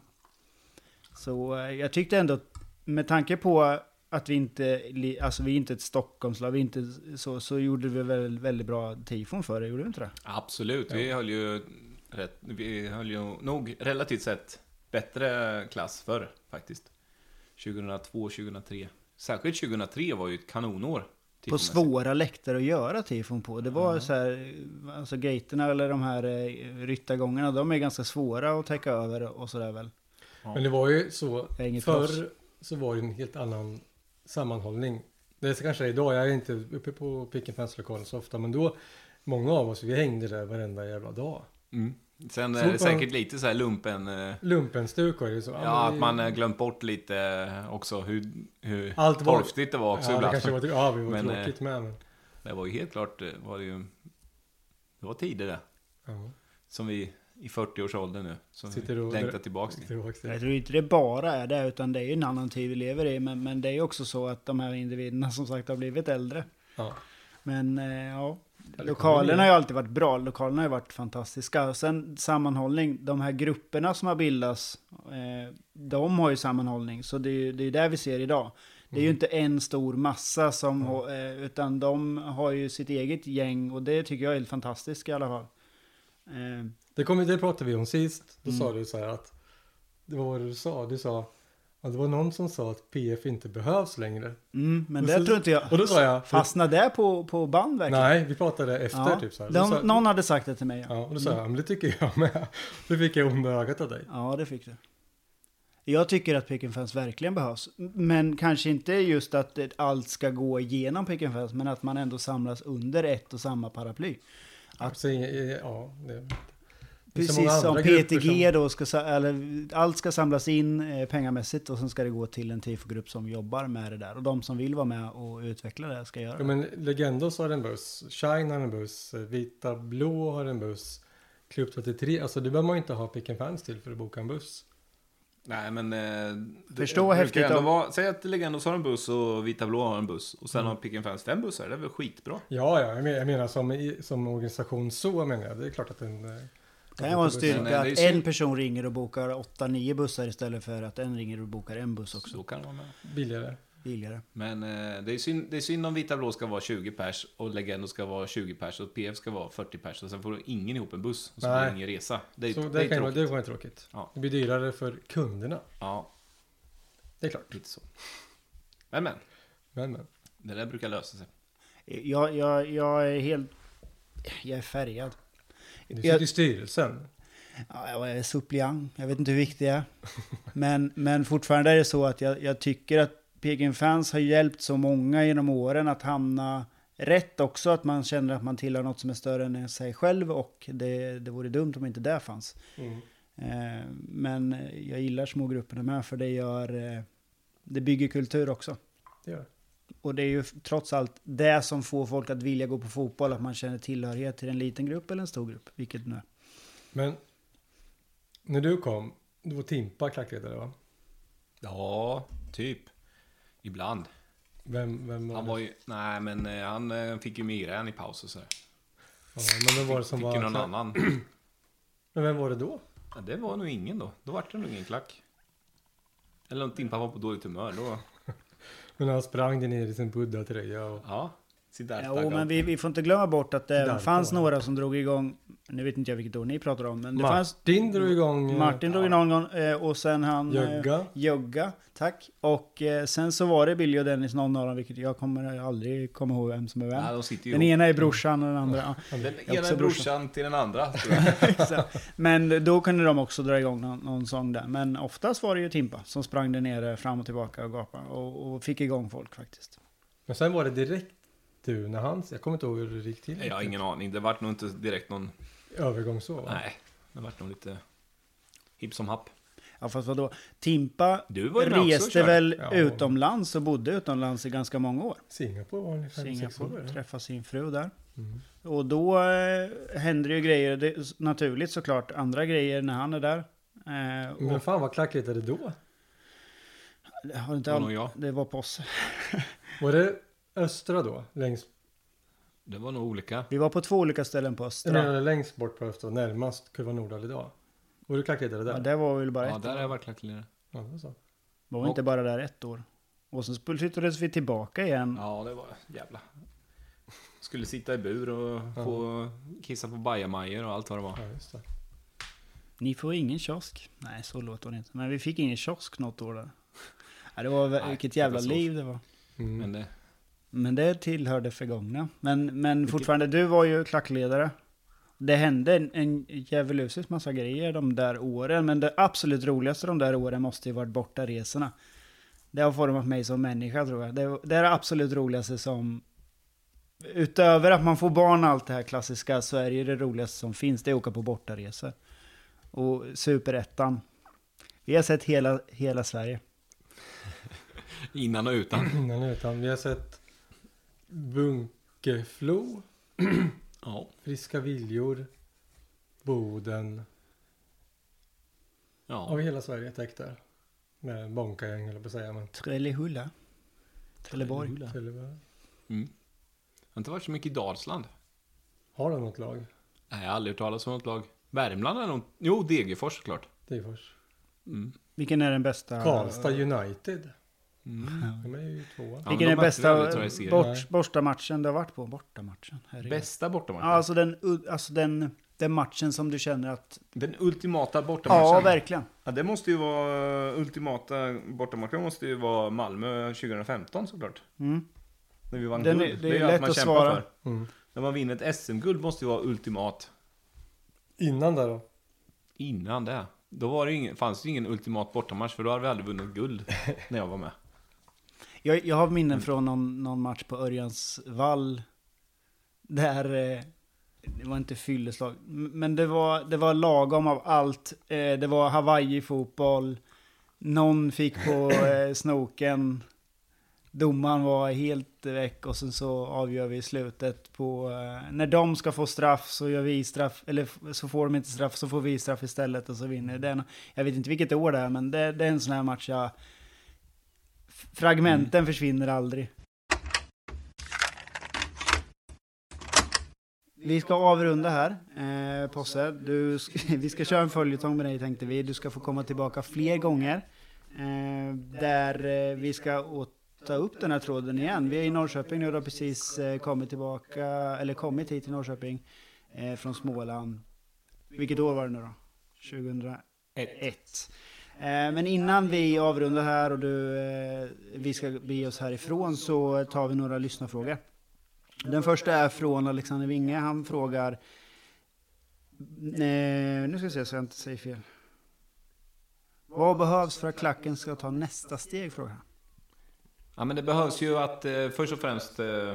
Speaker 4: Så eh, jag tyckte ändå att med tanke på att vi inte, li- alltså vi är inte ett Stockholmslag, vi är inte så, så gjorde vi väl väldigt bra tifon för det, gjorde vi inte det?
Speaker 2: Absolut, vi höll ju, rätt, vi höll ju nog relativt sett bättre klass förr faktiskt. 2002, 2003. Särskilt 2003 var ju ett kanonår.
Speaker 4: På
Speaker 2: tifomässigt.
Speaker 4: svåra läktare att göra tifon på. Det var så här, alltså gaterna eller de här eh, ryttargångarna, de är ganska svåra att täcka över och sådär väl.
Speaker 2: Ja.
Speaker 3: Men det var ju så,
Speaker 4: är inget
Speaker 3: förr
Speaker 4: proffs.
Speaker 3: så var det en helt annan sammanhållning. Det är så kanske idag, jag är inte uppe på Pick lokalen så ofta, men då, många av oss, vi hängde där varenda jävla dag.
Speaker 2: Mm. Sen är
Speaker 3: Så
Speaker 2: det
Speaker 3: bara-
Speaker 2: säkert lite så här lumpen... eh,
Speaker 3: Lumpenstuk var det ju så.
Speaker 2: Ja,
Speaker 3: men
Speaker 2: att
Speaker 3: vi-
Speaker 2: man eh, glömt bort lite eh, också hur, hur
Speaker 3: Allt var-
Speaker 2: torftigt det var också
Speaker 3: ja, det
Speaker 2: ibland.
Speaker 3: kanske var, ja, vi
Speaker 2: <laughs>
Speaker 3: var
Speaker 2: Men, eh,
Speaker 3: tråkigt med, men...
Speaker 2: Det var ju helt klart, eh, var det ju... Det var tider det.
Speaker 3: Ja,
Speaker 2: Som vi i 40-årsåldern nu, som
Speaker 3: Sitter
Speaker 2: vi
Speaker 3: och-
Speaker 2: längtar tillbaks till.
Speaker 3: tillbaks till.
Speaker 4: Jag tror inte det bara är det, utan det är ju en annan tid vi lever i, men, men det är ju också så att de här individerna som sagt har blivit äldre.
Speaker 3: Ja.
Speaker 4: Men eh, ja, Lokalerna har ju alltid varit bra, lokalerna har ju varit fantastiska. Och sen sammanhållning, de här grupperna som har bildats, eh, de har ju sammanhållning. Så det är ju det är där vi ser idag. Det är
Speaker 3: Mm.
Speaker 4: ju inte en stor massa som, hå- eh, utan de har ju sitt eget gäng och det tycker jag är helt fantastiskt i alla fall. Eh,
Speaker 3: Det, kom, det pratade vi om sist. Då
Speaker 4: Mm.
Speaker 3: sa du så här att det var vad du sa. Du sa att det var någon som sa att PF inte behövs längre.
Speaker 4: mm, men
Speaker 3: Och
Speaker 4: det
Speaker 3: så-
Speaker 4: tror inte jag.
Speaker 3: Och då sa jag. för-
Speaker 4: Fastnade det på, på band verkligen?
Speaker 3: nej, vi pratade efter
Speaker 4: ja.
Speaker 3: typ så här. Då
Speaker 4: De, Mm.
Speaker 3: sa,
Speaker 4: Någon hade sagt det till mig. Ja.
Speaker 3: Ja, och då sa jag, men det tycker jag med. Då fick jag onda ögat av dig.
Speaker 4: Ja, det fick du. Jag tycker att Pick and Fans verkligen behövs. Men kanske inte just att det- allt ska gå igenom Pick and Fans, men att man ändå samlas under ett och samma paraply. Att-
Speaker 3: Så, eh, ja, det, det är så många
Speaker 4: Precis som
Speaker 3: andra grupper
Speaker 4: PTG då, ska, sa- eller, allt ska samlas in eh, pengamässigt och sen ska det gå till en TIFO-grupp som jobbar med det där. Och de som vill vara med och utveckla det ska göra
Speaker 3: Ja,
Speaker 4: det.
Speaker 3: men Legendos har en buss, Shine har en buss, Vita Blå har en buss, Klubb 33, alltså det behöver man ju inte ha Pick and Fans till för att boka en buss.
Speaker 2: Nej, men... Eh, det
Speaker 4: Förstå
Speaker 2: brukar
Speaker 4: häftigt
Speaker 2: ändå
Speaker 4: om-
Speaker 2: vara- Säg att Legendos har en buss och Vita Blå har en buss. Och sen
Speaker 3: Mm.
Speaker 2: har Pick and Fans fem bussar. Det är väl skitbra?
Speaker 3: Ja, ja, jag menar, jag menar som, i- som organisation så menar jag, det är klart att en... eh,
Speaker 4: Det kan ju vara en
Speaker 2: Men, eh,
Speaker 4: styrka
Speaker 2: det är
Speaker 4: att
Speaker 2: synd.
Speaker 4: en person ringer och bokar 8-9 bussar istället för att en ringer och bokar en buss också.
Speaker 2: Så kan det vara med.
Speaker 3: Billigare.
Speaker 4: Billigare.
Speaker 2: Men eh, det, är synd, det är synd om Vita Blå ska vara 20 pers och Legendo ska vara 20 pers och PF ska vara 40 pers. Och sen får ingen ihop en buss. Och så blir
Speaker 3: Nej.
Speaker 2: det ingen resa. Det är,
Speaker 3: så
Speaker 2: det är
Speaker 3: kan ju vara-
Speaker 2: tråkigt.
Speaker 3: det var ju tråkigt.
Speaker 2: Ja.
Speaker 3: Det blir dyrare för kunderna,
Speaker 2: Ja,
Speaker 3: det är klart.
Speaker 2: lite så. Men men,
Speaker 3: Men, men.
Speaker 2: det där brukar lösa sig.
Speaker 4: Jag, jag, jag är helt... Jag är färgad.
Speaker 3: Du
Speaker 4: Jag-
Speaker 3: sitter i styrelsen.
Speaker 4: Ja, jag är suppleant, jag vet inte hur viktig jag är. Men, men fortfarande är det så att jag, jag tycker att Peking Fans har hjälpt så många genom åren att hamna rätt också. Att man känner att man tillhör något som är större än sig själv och det, det vore dumt om inte det fanns.
Speaker 3: Mm.
Speaker 4: Eh, Men jag gillar smågrupperna med för det gör... eh, Det bygger kultur också.
Speaker 3: Det gör det.
Speaker 4: Och det är ju f- trots allt det som får folk att vilja gå på fotboll, att man känner tillhörighet till en liten grupp eller en stor grupp, vilket det nu är.
Speaker 3: Men, när du kom, då var Timpa klackledare va?
Speaker 2: Ja, typ. Ibland.
Speaker 3: Vem, vem var
Speaker 2: Han
Speaker 3: det?
Speaker 2: var ju... Nej, men eh, han eh, fick ju migrän i paus och sådär.
Speaker 3: Ja, men vem var det som
Speaker 2: Fick
Speaker 3: var...
Speaker 2: ju någon annan.
Speaker 3: Men vem var det då?
Speaker 2: Ja, det var nog ingen då. Då vart det nog ingen klack. Eller om Timpa var på dåligt humör då.
Speaker 3: Men han sprang där ner i sin buddha-tröja och...
Speaker 2: Ja, Siddhartha
Speaker 4: Jo, men
Speaker 2: gav-
Speaker 4: vi, vi får inte glömma bort att det även
Speaker 3: Där,
Speaker 4: fanns
Speaker 3: där.
Speaker 4: några som drog igång, nu vet inte jag vilket år ni pratar om, men det fanns
Speaker 3: Martin drog igång... eh,
Speaker 4: Martin drog igång någon eh, och sen han... Eh,
Speaker 3: Jögga.
Speaker 4: Jögga, tack. Och eh, sen så var det Billy och Dennis, någon av dem, vilket jag kommer aldrig komma ihåg vem som är vem.
Speaker 2: Nej, de sitter ju
Speaker 4: den
Speaker 2: ihop.
Speaker 4: ena är brorsan och den andra... ja. <laughs>
Speaker 2: Den
Speaker 4: är
Speaker 2: ena
Speaker 4: också
Speaker 2: är brorsan till den andra. tror jag.
Speaker 4: Exakt. Men då kunde de också dra igång någon, någon sång där. Men oftast var det ju Timpa som sprang där nere fram och tillbaka och gapade och, och fick igång folk faktiskt.
Speaker 3: Men sen var det direkt du när hans... Jag kommer inte ihåg hur det gick till.
Speaker 2: <laughs> Jag har ingen aning. Det vart nog inte direkt någon...
Speaker 3: Övergång så. va?
Speaker 2: Nej, det vart nog lite hipp som happ.
Speaker 4: Ja fast vadå, Timpa
Speaker 2: Du var ju med också och
Speaker 4: reste
Speaker 2: körde.
Speaker 4: väl
Speaker 3: Ja.
Speaker 4: utomlands och bodde utomlands i ganska många år.
Speaker 3: Singapore var han i fem, sex år.
Speaker 4: Singapore,
Speaker 3: eller?
Speaker 4: träffade sin fru där.
Speaker 3: Mm.
Speaker 4: Och då eh, händer ju grejer, det är s- naturligt såklart, andra grejer när han är där. Eh,
Speaker 3: Men
Speaker 4: och,
Speaker 3: fan vad klackigt är det då?
Speaker 4: det har inte
Speaker 2: Det var
Speaker 4: all...
Speaker 2: nog jag.
Speaker 4: Det var på oss.
Speaker 3: Var det östra då? Längst,
Speaker 2: Det var nog olika.
Speaker 4: Vi var på två olika ställen på
Speaker 3: jag
Speaker 4: Östra.
Speaker 3: menar längst bort på östra, närmast Kurva Nordahl idag. Var du klackledare
Speaker 4: Ja,
Speaker 3: där?
Speaker 4: det var väl bara
Speaker 2: Ja,
Speaker 4: ett
Speaker 2: där har jag varit klackledare.
Speaker 3: Ja, det var så.
Speaker 4: Var vi inte bara där ett år? Och sen sp- flyttades vi tillbaka igen.
Speaker 2: Ja, det var jävla... Skulle sitta i bur och få kissa på bajamajor och allt vad det var.
Speaker 3: Ja, just det.
Speaker 4: Ni får ingen kiosk. Nej, så låter det inte. Men vi fick ingen kiosk något år där. Ja, det var
Speaker 2: Nej,
Speaker 4: vilket jävla
Speaker 2: katastrof.
Speaker 4: liv det var.
Speaker 3: Mm. <clears throat>
Speaker 2: Men det...
Speaker 4: Men det tillhörde förgångna. Men, men fortfarande, du var ju klackledare. Det hände en, en djävulusisk massa grejer de där åren. Men det absolut roligaste de där åren måste ju varit borta resorna. Det har format mig som människa tror jag. Det, det är det absolut roligaste som... Utöver att man får barn och allt det här klassiska så är det ju det roligaste som finns. Det är att åka på bortaresor. Och superettan. Vi har sett hela, hela Sverige.
Speaker 2: Innan och utan.
Speaker 3: Innan utan. Vi har sett Bunkeflo,
Speaker 2: Ja.
Speaker 3: Friska Viljor, Boden.
Speaker 2: Ja.
Speaker 3: Av hela Sverige täckt där. Med Bonka-gäng eller på att säga. Men...
Speaker 4: Trellehulla. Trelleborg.
Speaker 3: Trelleborg.
Speaker 2: Mm. Det har inte varit så mycket i Dalsland.
Speaker 3: Har de något lag?
Speaker 2: Nej, jag har aldrig hört talas om något lag. Värmland eller något? Jo, Degerfors såklart.
Speaker 3: Degerfors?
Speaker 2: Mm.
Speaker 4: Vilken är den bästa?
Speaker 3: Karlstad United?
Speaker 2: Mm.
Speaker 3: De är ju tvåa.
Speaker 2: Ja,
Speaker 4: Vilken
Speaker 2: de
Speaker 4: är den
Speaker 2: mötte vi aldrig,
Speaker 4: bästa
Speaker 2: tror jag, i serien.
Speaker 4: bort, bortamatchen du har varit på? Bortamatchen? Herregud.
Speaker 2: Bästa
Speaker 4: Ja,
Speaker 2: bortamatchen.
Speaker 4: alltså den, u- alltså den, den matchen som du känner att...
Speaker 2: Den ultimata bortamatchen.
Speaker 4: Ja, verkligen.
Speaker 5: Ja, det måste ju vara ultimata bortamatchen måste ju vara Malmö 2015 såklart.
Speaker 4: Mm.
Speaker 5: När vi vann
Speaker 4: Den är-
Speaker 5: guld.
Speaker 4: det är
Speaker 5: ju
Speaker 4: lätt
Speaker 5: allt man
Speaker 4: att
Speaker 5: kämpar
Speaker 4: svara.
Speaker 5: För.
Speaker 3: Mm.
Speaker 5: När man vinner ett SM-guld måste ju vara ultimat.
Speaker 3: Innan där då?
Speaker 2: Innan det. Då var det ingen, fanns det ingen ultimat bortamatch för då hade vi aldrig vunnit guld när jag var med.
Speaker 4: Jag, jag har minnen från någon, någon match på Örjans vall. Där, eh, det var inte fylleslag, m- men det var, det var lagom av allt. Eh, Det var Hawaii-fotboll, någon fick på eh, snoken, domaren var helt väck och sen så avgör vi i slutet på... eh, När de ska få straff så gör vi straff, eller f- så får de inte straff så får vi straff istället och så vinner den. Jag vet inte vilket år det är, men det, det är en sån här match jag... F- Fragmenten försvinner aldrig. Vi ska avrunda här. Eh, Posse, du, sk- <laughs> vi ska köra en följetong med dig tänkte vi. Du ska få komma tillbaka fler gånger. Eh, där eh, vi ska å- ta upp den här tråden igen. Vi är i Norrköping nu och har precis eh, kommit tillbaka, eller kommit hit till Norrköping eh, från Småland. Vilket år var det nu då? 2000 ett. Eh, Men innan vi avrundar här och du, eh, vi ska bege oss härifrån så tar vi några lyssnarfrågor. Den första är från Alexander Winge. Han frågar... Eh, nu ska vi se så jag inte säger fel. Vad behövs för att klacken ska ta nästa steg? Frågar han.
Speaker 2: Ja, men det behövs ju att eh, först och främst eh,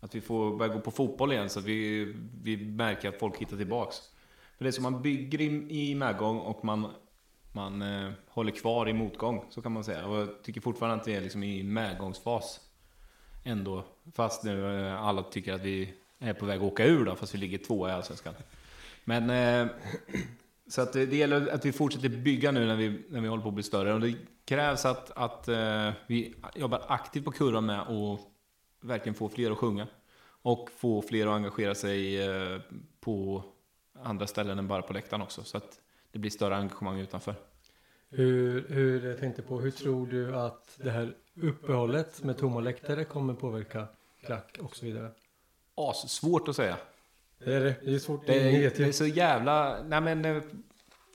Speaker 2: att vi får börja gå på fotboll igen så att vi, vi märker att folk hittar tillbaks. För det är som man bygger i, i medgång och man, man eh, håller kvar i motgång, så kan man säga. Och jag tycker fortfarande att vi är liksom i medgångsfas ändå. Fast nu eh, alla tycker att vi är på väg att åka ur då, fast vi ligger tvåa i Allsvenskan. Men eh, så att det, det gäller att vi fortsätter bygga nu när vi, när vi håller på att bli större. Och det krävs att, att eh, vi jobbar aktivt på kurvan med att verkligen få fler att sjunga. Och få fler att engagera sig eh, på andra ställen än bara på läktaren också. Så att det blir större engagemang utanför.
Speaker 3: Hur, hur, jag tänkte på, hur tror du att det här uppehållet med tomma läktare kommer påverka klack och så vidare?
Speaker 2: As, svårt att säga.
Speaker 3: Det är det. Det är svårt.
Speaker 2: Det
Speaker 3: Ingen
Speaker 2: är,
Speaker 3: vet
Speaker 2: det
Speaker 3: ju.
Speaker 2: är så jävla... Nej men... eh,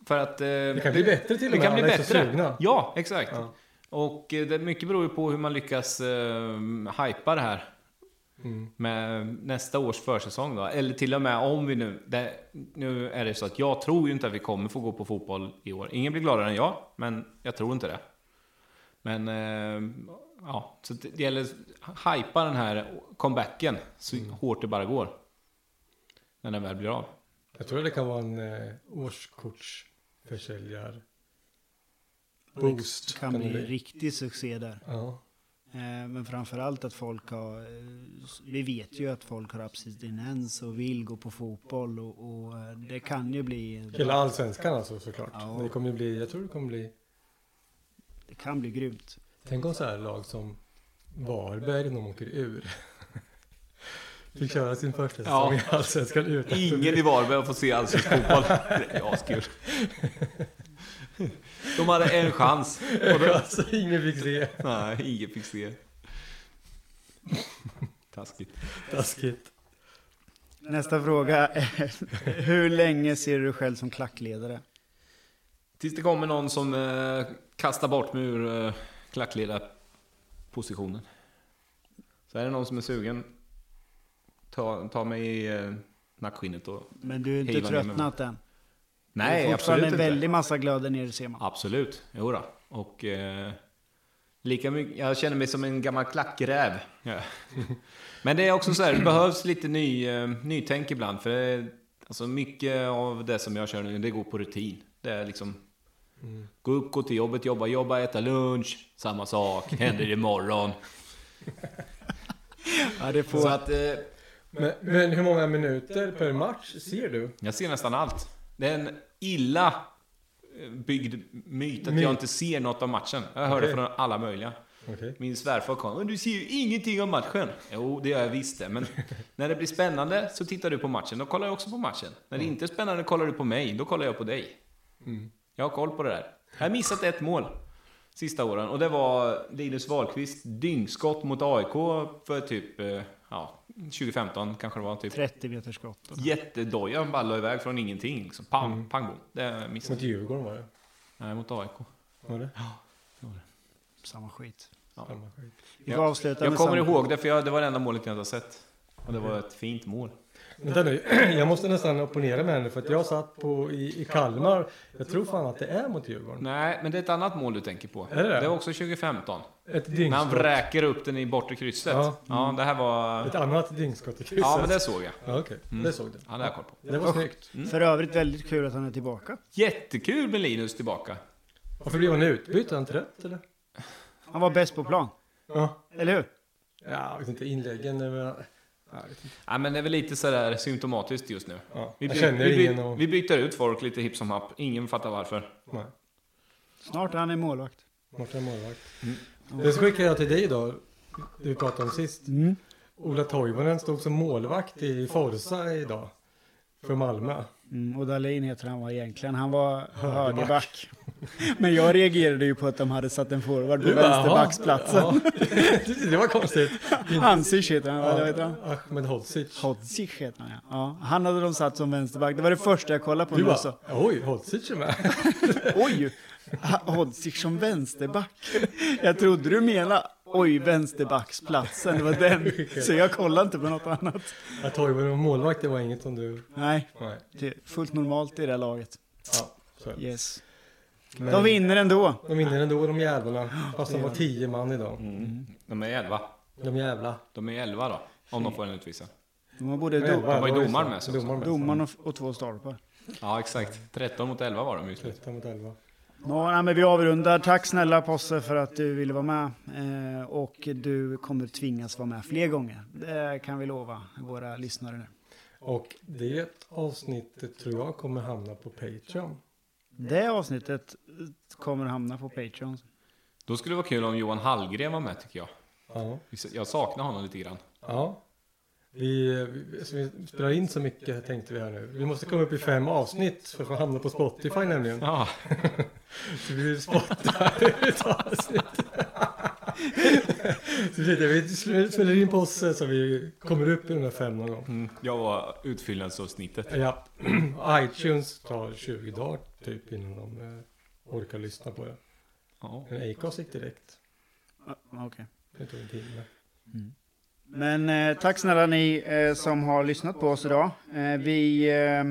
Speaker 2: För att... eh,
Speaker 3: Det kan bli bättre till
Speaker 2: Det
Speaker 3: och med.
Speaker 2: kan bli
Speaker 3: Alla är så
Speaker 2: bättre.
Speaker 3: sugna.
Speaker 2: Ja, exakt.
Speaker 3: Ja.
Speaker 2: Och eh, det, mycket beror ju på hur man lyckas eh, hypa det här.
Speaker 3: Mm.
Speaker 2: med nästa års försäsong då. Eller till och med om vi nu... Det, nu är det så att jag tror ju inte att vi kommer få gå på fotboll i år. Ingen blir gladare än jag, men jag tror inte det. Men eh, ja, så det, det gäller att hypa den här comebacken så
Speaker 3: Mm.
Speaker 2: hårt det bara går. När den väl blir av.
Speaker 3: Jag tror det kan vara en eh, årskortsförsäljare. Boost.
Speaker 4: Det kan bli
Speaker 3: det
Speaker 4: riktig succé där.
Speaker 3: Ja.
Speaker 4: Eh, Men framförallt att folk har... eh, s- Vi vet ju att folk har abstinens och vill gå på fotboll och, och eh, det kan ju bli...
Speaker 3: Hela allsvenskan alltså såklart.
Speaker 4: Ja.
Speaker 3: Men Det kommer ju bli, jag tror det kommer bli.
Speaker 4: Det kan bli grymt.
Speaker 3: Tänk om så här lag som Varberg när de åker ur. <laughs> Fick köra sin första säsong i allsvenskan utan
Speaker 2: Ingen i Varberg får se allsvensk
Speaker 4: <laughs>
Speaker 2: fotboll. Det är askul. De hade en chans. Och då,
Speaker 3: Alltså ingen fick se.
Speaker 2: <laughs> nej, ingen fick se. <laughs> Taskigt.
Speaker 3: Taskigt.
Speaker 4: Nästa fråga. är, <laughs> Hur länge ser du dig själv som klackledare?
Speaker 2: Tills det kommer någon som eh, kastar bort mig ur eh, positionen. Så är det någon som är sugen, ta, ta mig i eh, nackskinnet och...
Speaker 4: Men du är inte
Speaker 2: Hej, vad ni är med
Speaker 4: tröttnat än? det
Speaker 2: Nej,
Speaker 4: är fortfarande
Speaker 2: absolut
Speaker 4: en
Speaker 2: inte.
Speaker 4: väldig massa glöd där nere ser man.
Speaker 2: Absolut, jodå. Och eh, lika mycket, jag känner mig som en gammal klackräv. Ja. <laughs> Men det är också så här, det behövs lite ny, eh, nytänk ibland. För det är, alltså mycket av det som jag kör nu, det går på rutin. Det är liksom,
Speaker 4: Mm.
Speaker 2: gå upp, gå till jobbet, jobba, jobba, äta lunch. Samma sak, händer imorgon.
Speaker 4: <laughs> Ja, det
Speaker 2: Så
Speaker 4: får...
Speaker 2: att, eh,
Speaker 3: Men, men hur många minuter per match ser du?
Speaker 2: jag ser nästan allt. Det är en illa eh, byggd myt att
Speaker 3: Myt.
Speaker 2: jag inte ser något av matchen. Jag hör det
Speaker 3: Okej.
Speaker 2: från alla möjliga.
Speaker 3: Okej.
Speaker 2: Min svärfar kom. "Men Du ser ju ingenting av matchen. Jo, det gör jag visst det.
Speaker 3: <laughs>
Speaker 2: Men när det blir spännande så tittar du på matchen. Då kollar jag också på matchen. När
Speaker 3: Mm.
Speaker 2: det inte är spännande kollar du på mig. Då kollar jag på dig. Jag har koll på det där. Jag har missat ett mål sista åren. Och det var Linus Wahlqvist dyngskott mot AIK för typ eh, ja, 2015 kanske det var. Typ.
Speaker 4: 30 meters skott.
Speaker 2: Jättedoja. Han bara la iväg från ingenting. Liksom. Pang, pang, bom. Det missade
Speaker 3: Mot
Speaker 2: jag.
Speaker 3: Djurgården var det.
Speaker 2: Nej, mot AIK.
Speaker 3: Var det?
Speaker 4: Samma skit.
Speaker 3: Samma skit.
Speaker 4: Vi
Speaker 2: Ja.
Speaker 4: får avsluta
Speaker 2: Jag
Speaker 4: med
Speaker 2: kommer
Speaker 4: samma-
Speaker 2: ihåg det, för jag, det var det enda målet jag inte har sett. Och det
Speaker 3: Mm.
Speaker 2: var ett fint mål.
Speaker 3: Vänta nu, <clears throat> jag måste nästan opponera mig här nu för att jag satt på i, i Kalmar. Jag tror fan att det är mot Djurgården.
Speaker 2: Nej, men det är ett annat mål du tänker på.
Speaker 3: Är det det?
Speaker 2: var också 2015.
Speaker 3: Ett
Speaker 2: När han
Speaker 3: dyngskott.
Speaker 2: vräker upp den i bortre krysset. Ja,
Speaker 3: Ja.
Speaker 2: det här var...
Speaker 3: Ett annat dyngskott i krysset.
Speaker 2: Ja, men det såg jag.
Speaker 3: Ja, okej. Det såg du.
Speaker 2: Ja, det Mm. har jag koll på.
Speaker 3: Det var snyggt.
Speaker 4: För övrigt väldigt kul att han är tillbaka.
Speaker 2: Jättekul med Linus tillbaka.
Speaker 3: Varför blev han utbytt? Är han trött eller?
Speaker 4: Han var bäst på plan.
Speaker 3: Ja.
Speaker 4: Eller hur?
Speaker 3: Ja, jag vet inte. Inläggen. Men... Ja, jag vet inte.
Speaker 2: Ja, men det är väl lite sådär symptomatiskt just nu.
Speaker 3: Ja.
Speaker 2: Vi,
Speaker 3: Jag
Speaker 2: by-
Speaker 3: känner
Speaker 2: vi, by-
Speaker 3: ingen och...
Speaker 2: vi byter ut folk lite hipp som happ. Ingen fattar varför.
Speaker 3: Nej.
Speaker 4: Snart är han en målvakt.
Speaker 3: Martin Målvakt. Det skickade jag till dig idag. Det vi pratade om sist.
Speaker 4: Mm.
Speaker 3: Ola Toivonen stod som målvakt i Forza idag. För Malmö.
Speaker 4: Mm, och Dahlin heter han var egentligen. Han var högerback. <laughs> Men jag reagerade ju på att de hade satt en forward på
Speaker 3: Du bara, jaha.
Speaker 4: vänsterbacksplatsen.
Speaker 3: Ja. <laughs> det var konstigt.
Speaker 4: Hansic heter han, eller vad heter han?
Speaker 3: Ja, Ahmed Hodzic.
Speaker 4: Hodzic heter han ja. ja. Han hade de satt som vänsterback. Det var det första jag kollade på
Speaker 3: Du
Speaker 4: nu så.
Speaker 3: bara, oj, Hodzic är med.
Speaker 4: Oj! Ha- Hodzic som vänsterback. Jag trodde du menade oj, vänsterbacksplatsen. Det var den. Så jag kollade inte på något annat.
Speaker 3: Ja, Toivonen och målvakt, det var inget som du...
Speaker 4: Nej,
Speaker 3: Nej.
Speaker 4: det är fullt normalt i det här laget.
Speaker 3: Ja, så är det.
Speaker 4: Yes.
Speaker 3: Men
Speaker 4: De vinner ändå.
Speaker 3: de vinner ändå, de jävlarna. Fast de var tio man idag.
Speaker 2: De är elva.
Speaker 3: De jävla.
Speaker 2: De är elva då. Om de får en utvisa.
Speaker 4: De har både
Speaker 3: elva,
Speaker 4: dom-
Speaker 2: var ju
Speaker 3: det
Speaker 2: domaren
Speaker 3: så.
Speaker 2: med sig också.
Speaker 3: Domaren med.
Speaker 4: domaren och, och två stolpar.
Speaker 2: Ja, exakt. 13 mot 11 var de ju i slutet.
Speaker 3: 13 mot 11.
Speaker 4: Ja, nej, men vi avrundar. Tack snälla Posse för att du ville vara med. Eh, och du kommer tvingas vara med fler gånger. Det kan vi lova våra lyssnare nu.
Speaker 3: Och det avsnittet tror jag kommer hamna på Patreon.
Speaker 4: Det avsnittet kommer hamna på Patreon.
Speaker 2: Då skulle det vara kul om Johan Hallgren var med tycker jag.
Speaker 3: Ja.
Speaker 2: Jag saknar honom lite grann.
Speaker 3: Ja. Vi, vi, så vi spelar in så mycket tänkte vi här nu. Vi måste komma upp i fem avsnitt för att få hamna på Spotify nämligen.
Speaker 2: Ja,
Speaker 3: Så vi spottar <laughs> ut avsnitt. Så vi, tänkte, vi spelar in på oss så vi kommer upp i de där fem någon gång.
Speaker 2: mm, jag var utfyllnadsavsnittet.
Speaker 3: Ja. <clears throat> iTunes tar 20 dagar typ innan de eh, orkar lyssna på det.
Speaker 2: Ja.
Speaker 3: Men Acast gick direkt.
Speaker 4: Ja, Okej.
Speaker 3: Det tog en timme.
Speaker 4: Men eh, tack snälla ni eh, som har lyssnat på oss idag. Eh, vi eh, eh,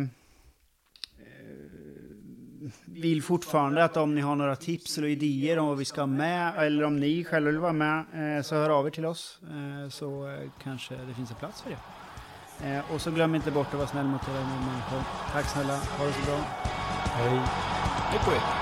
Speaker 4: vill fortfarande att om ni har några tips eller idéer om vad vi ska ha med eller om ni själva vill vara med eh, så hör av er till oss eh, så eh, kanske det finns en plats för det. Eh, och så glöm inte bort att vara snäll mot era medmänniskor. Tack snälla, ha det så bra.
Speaker 3: Hej.
Speaker 2: Hej på er!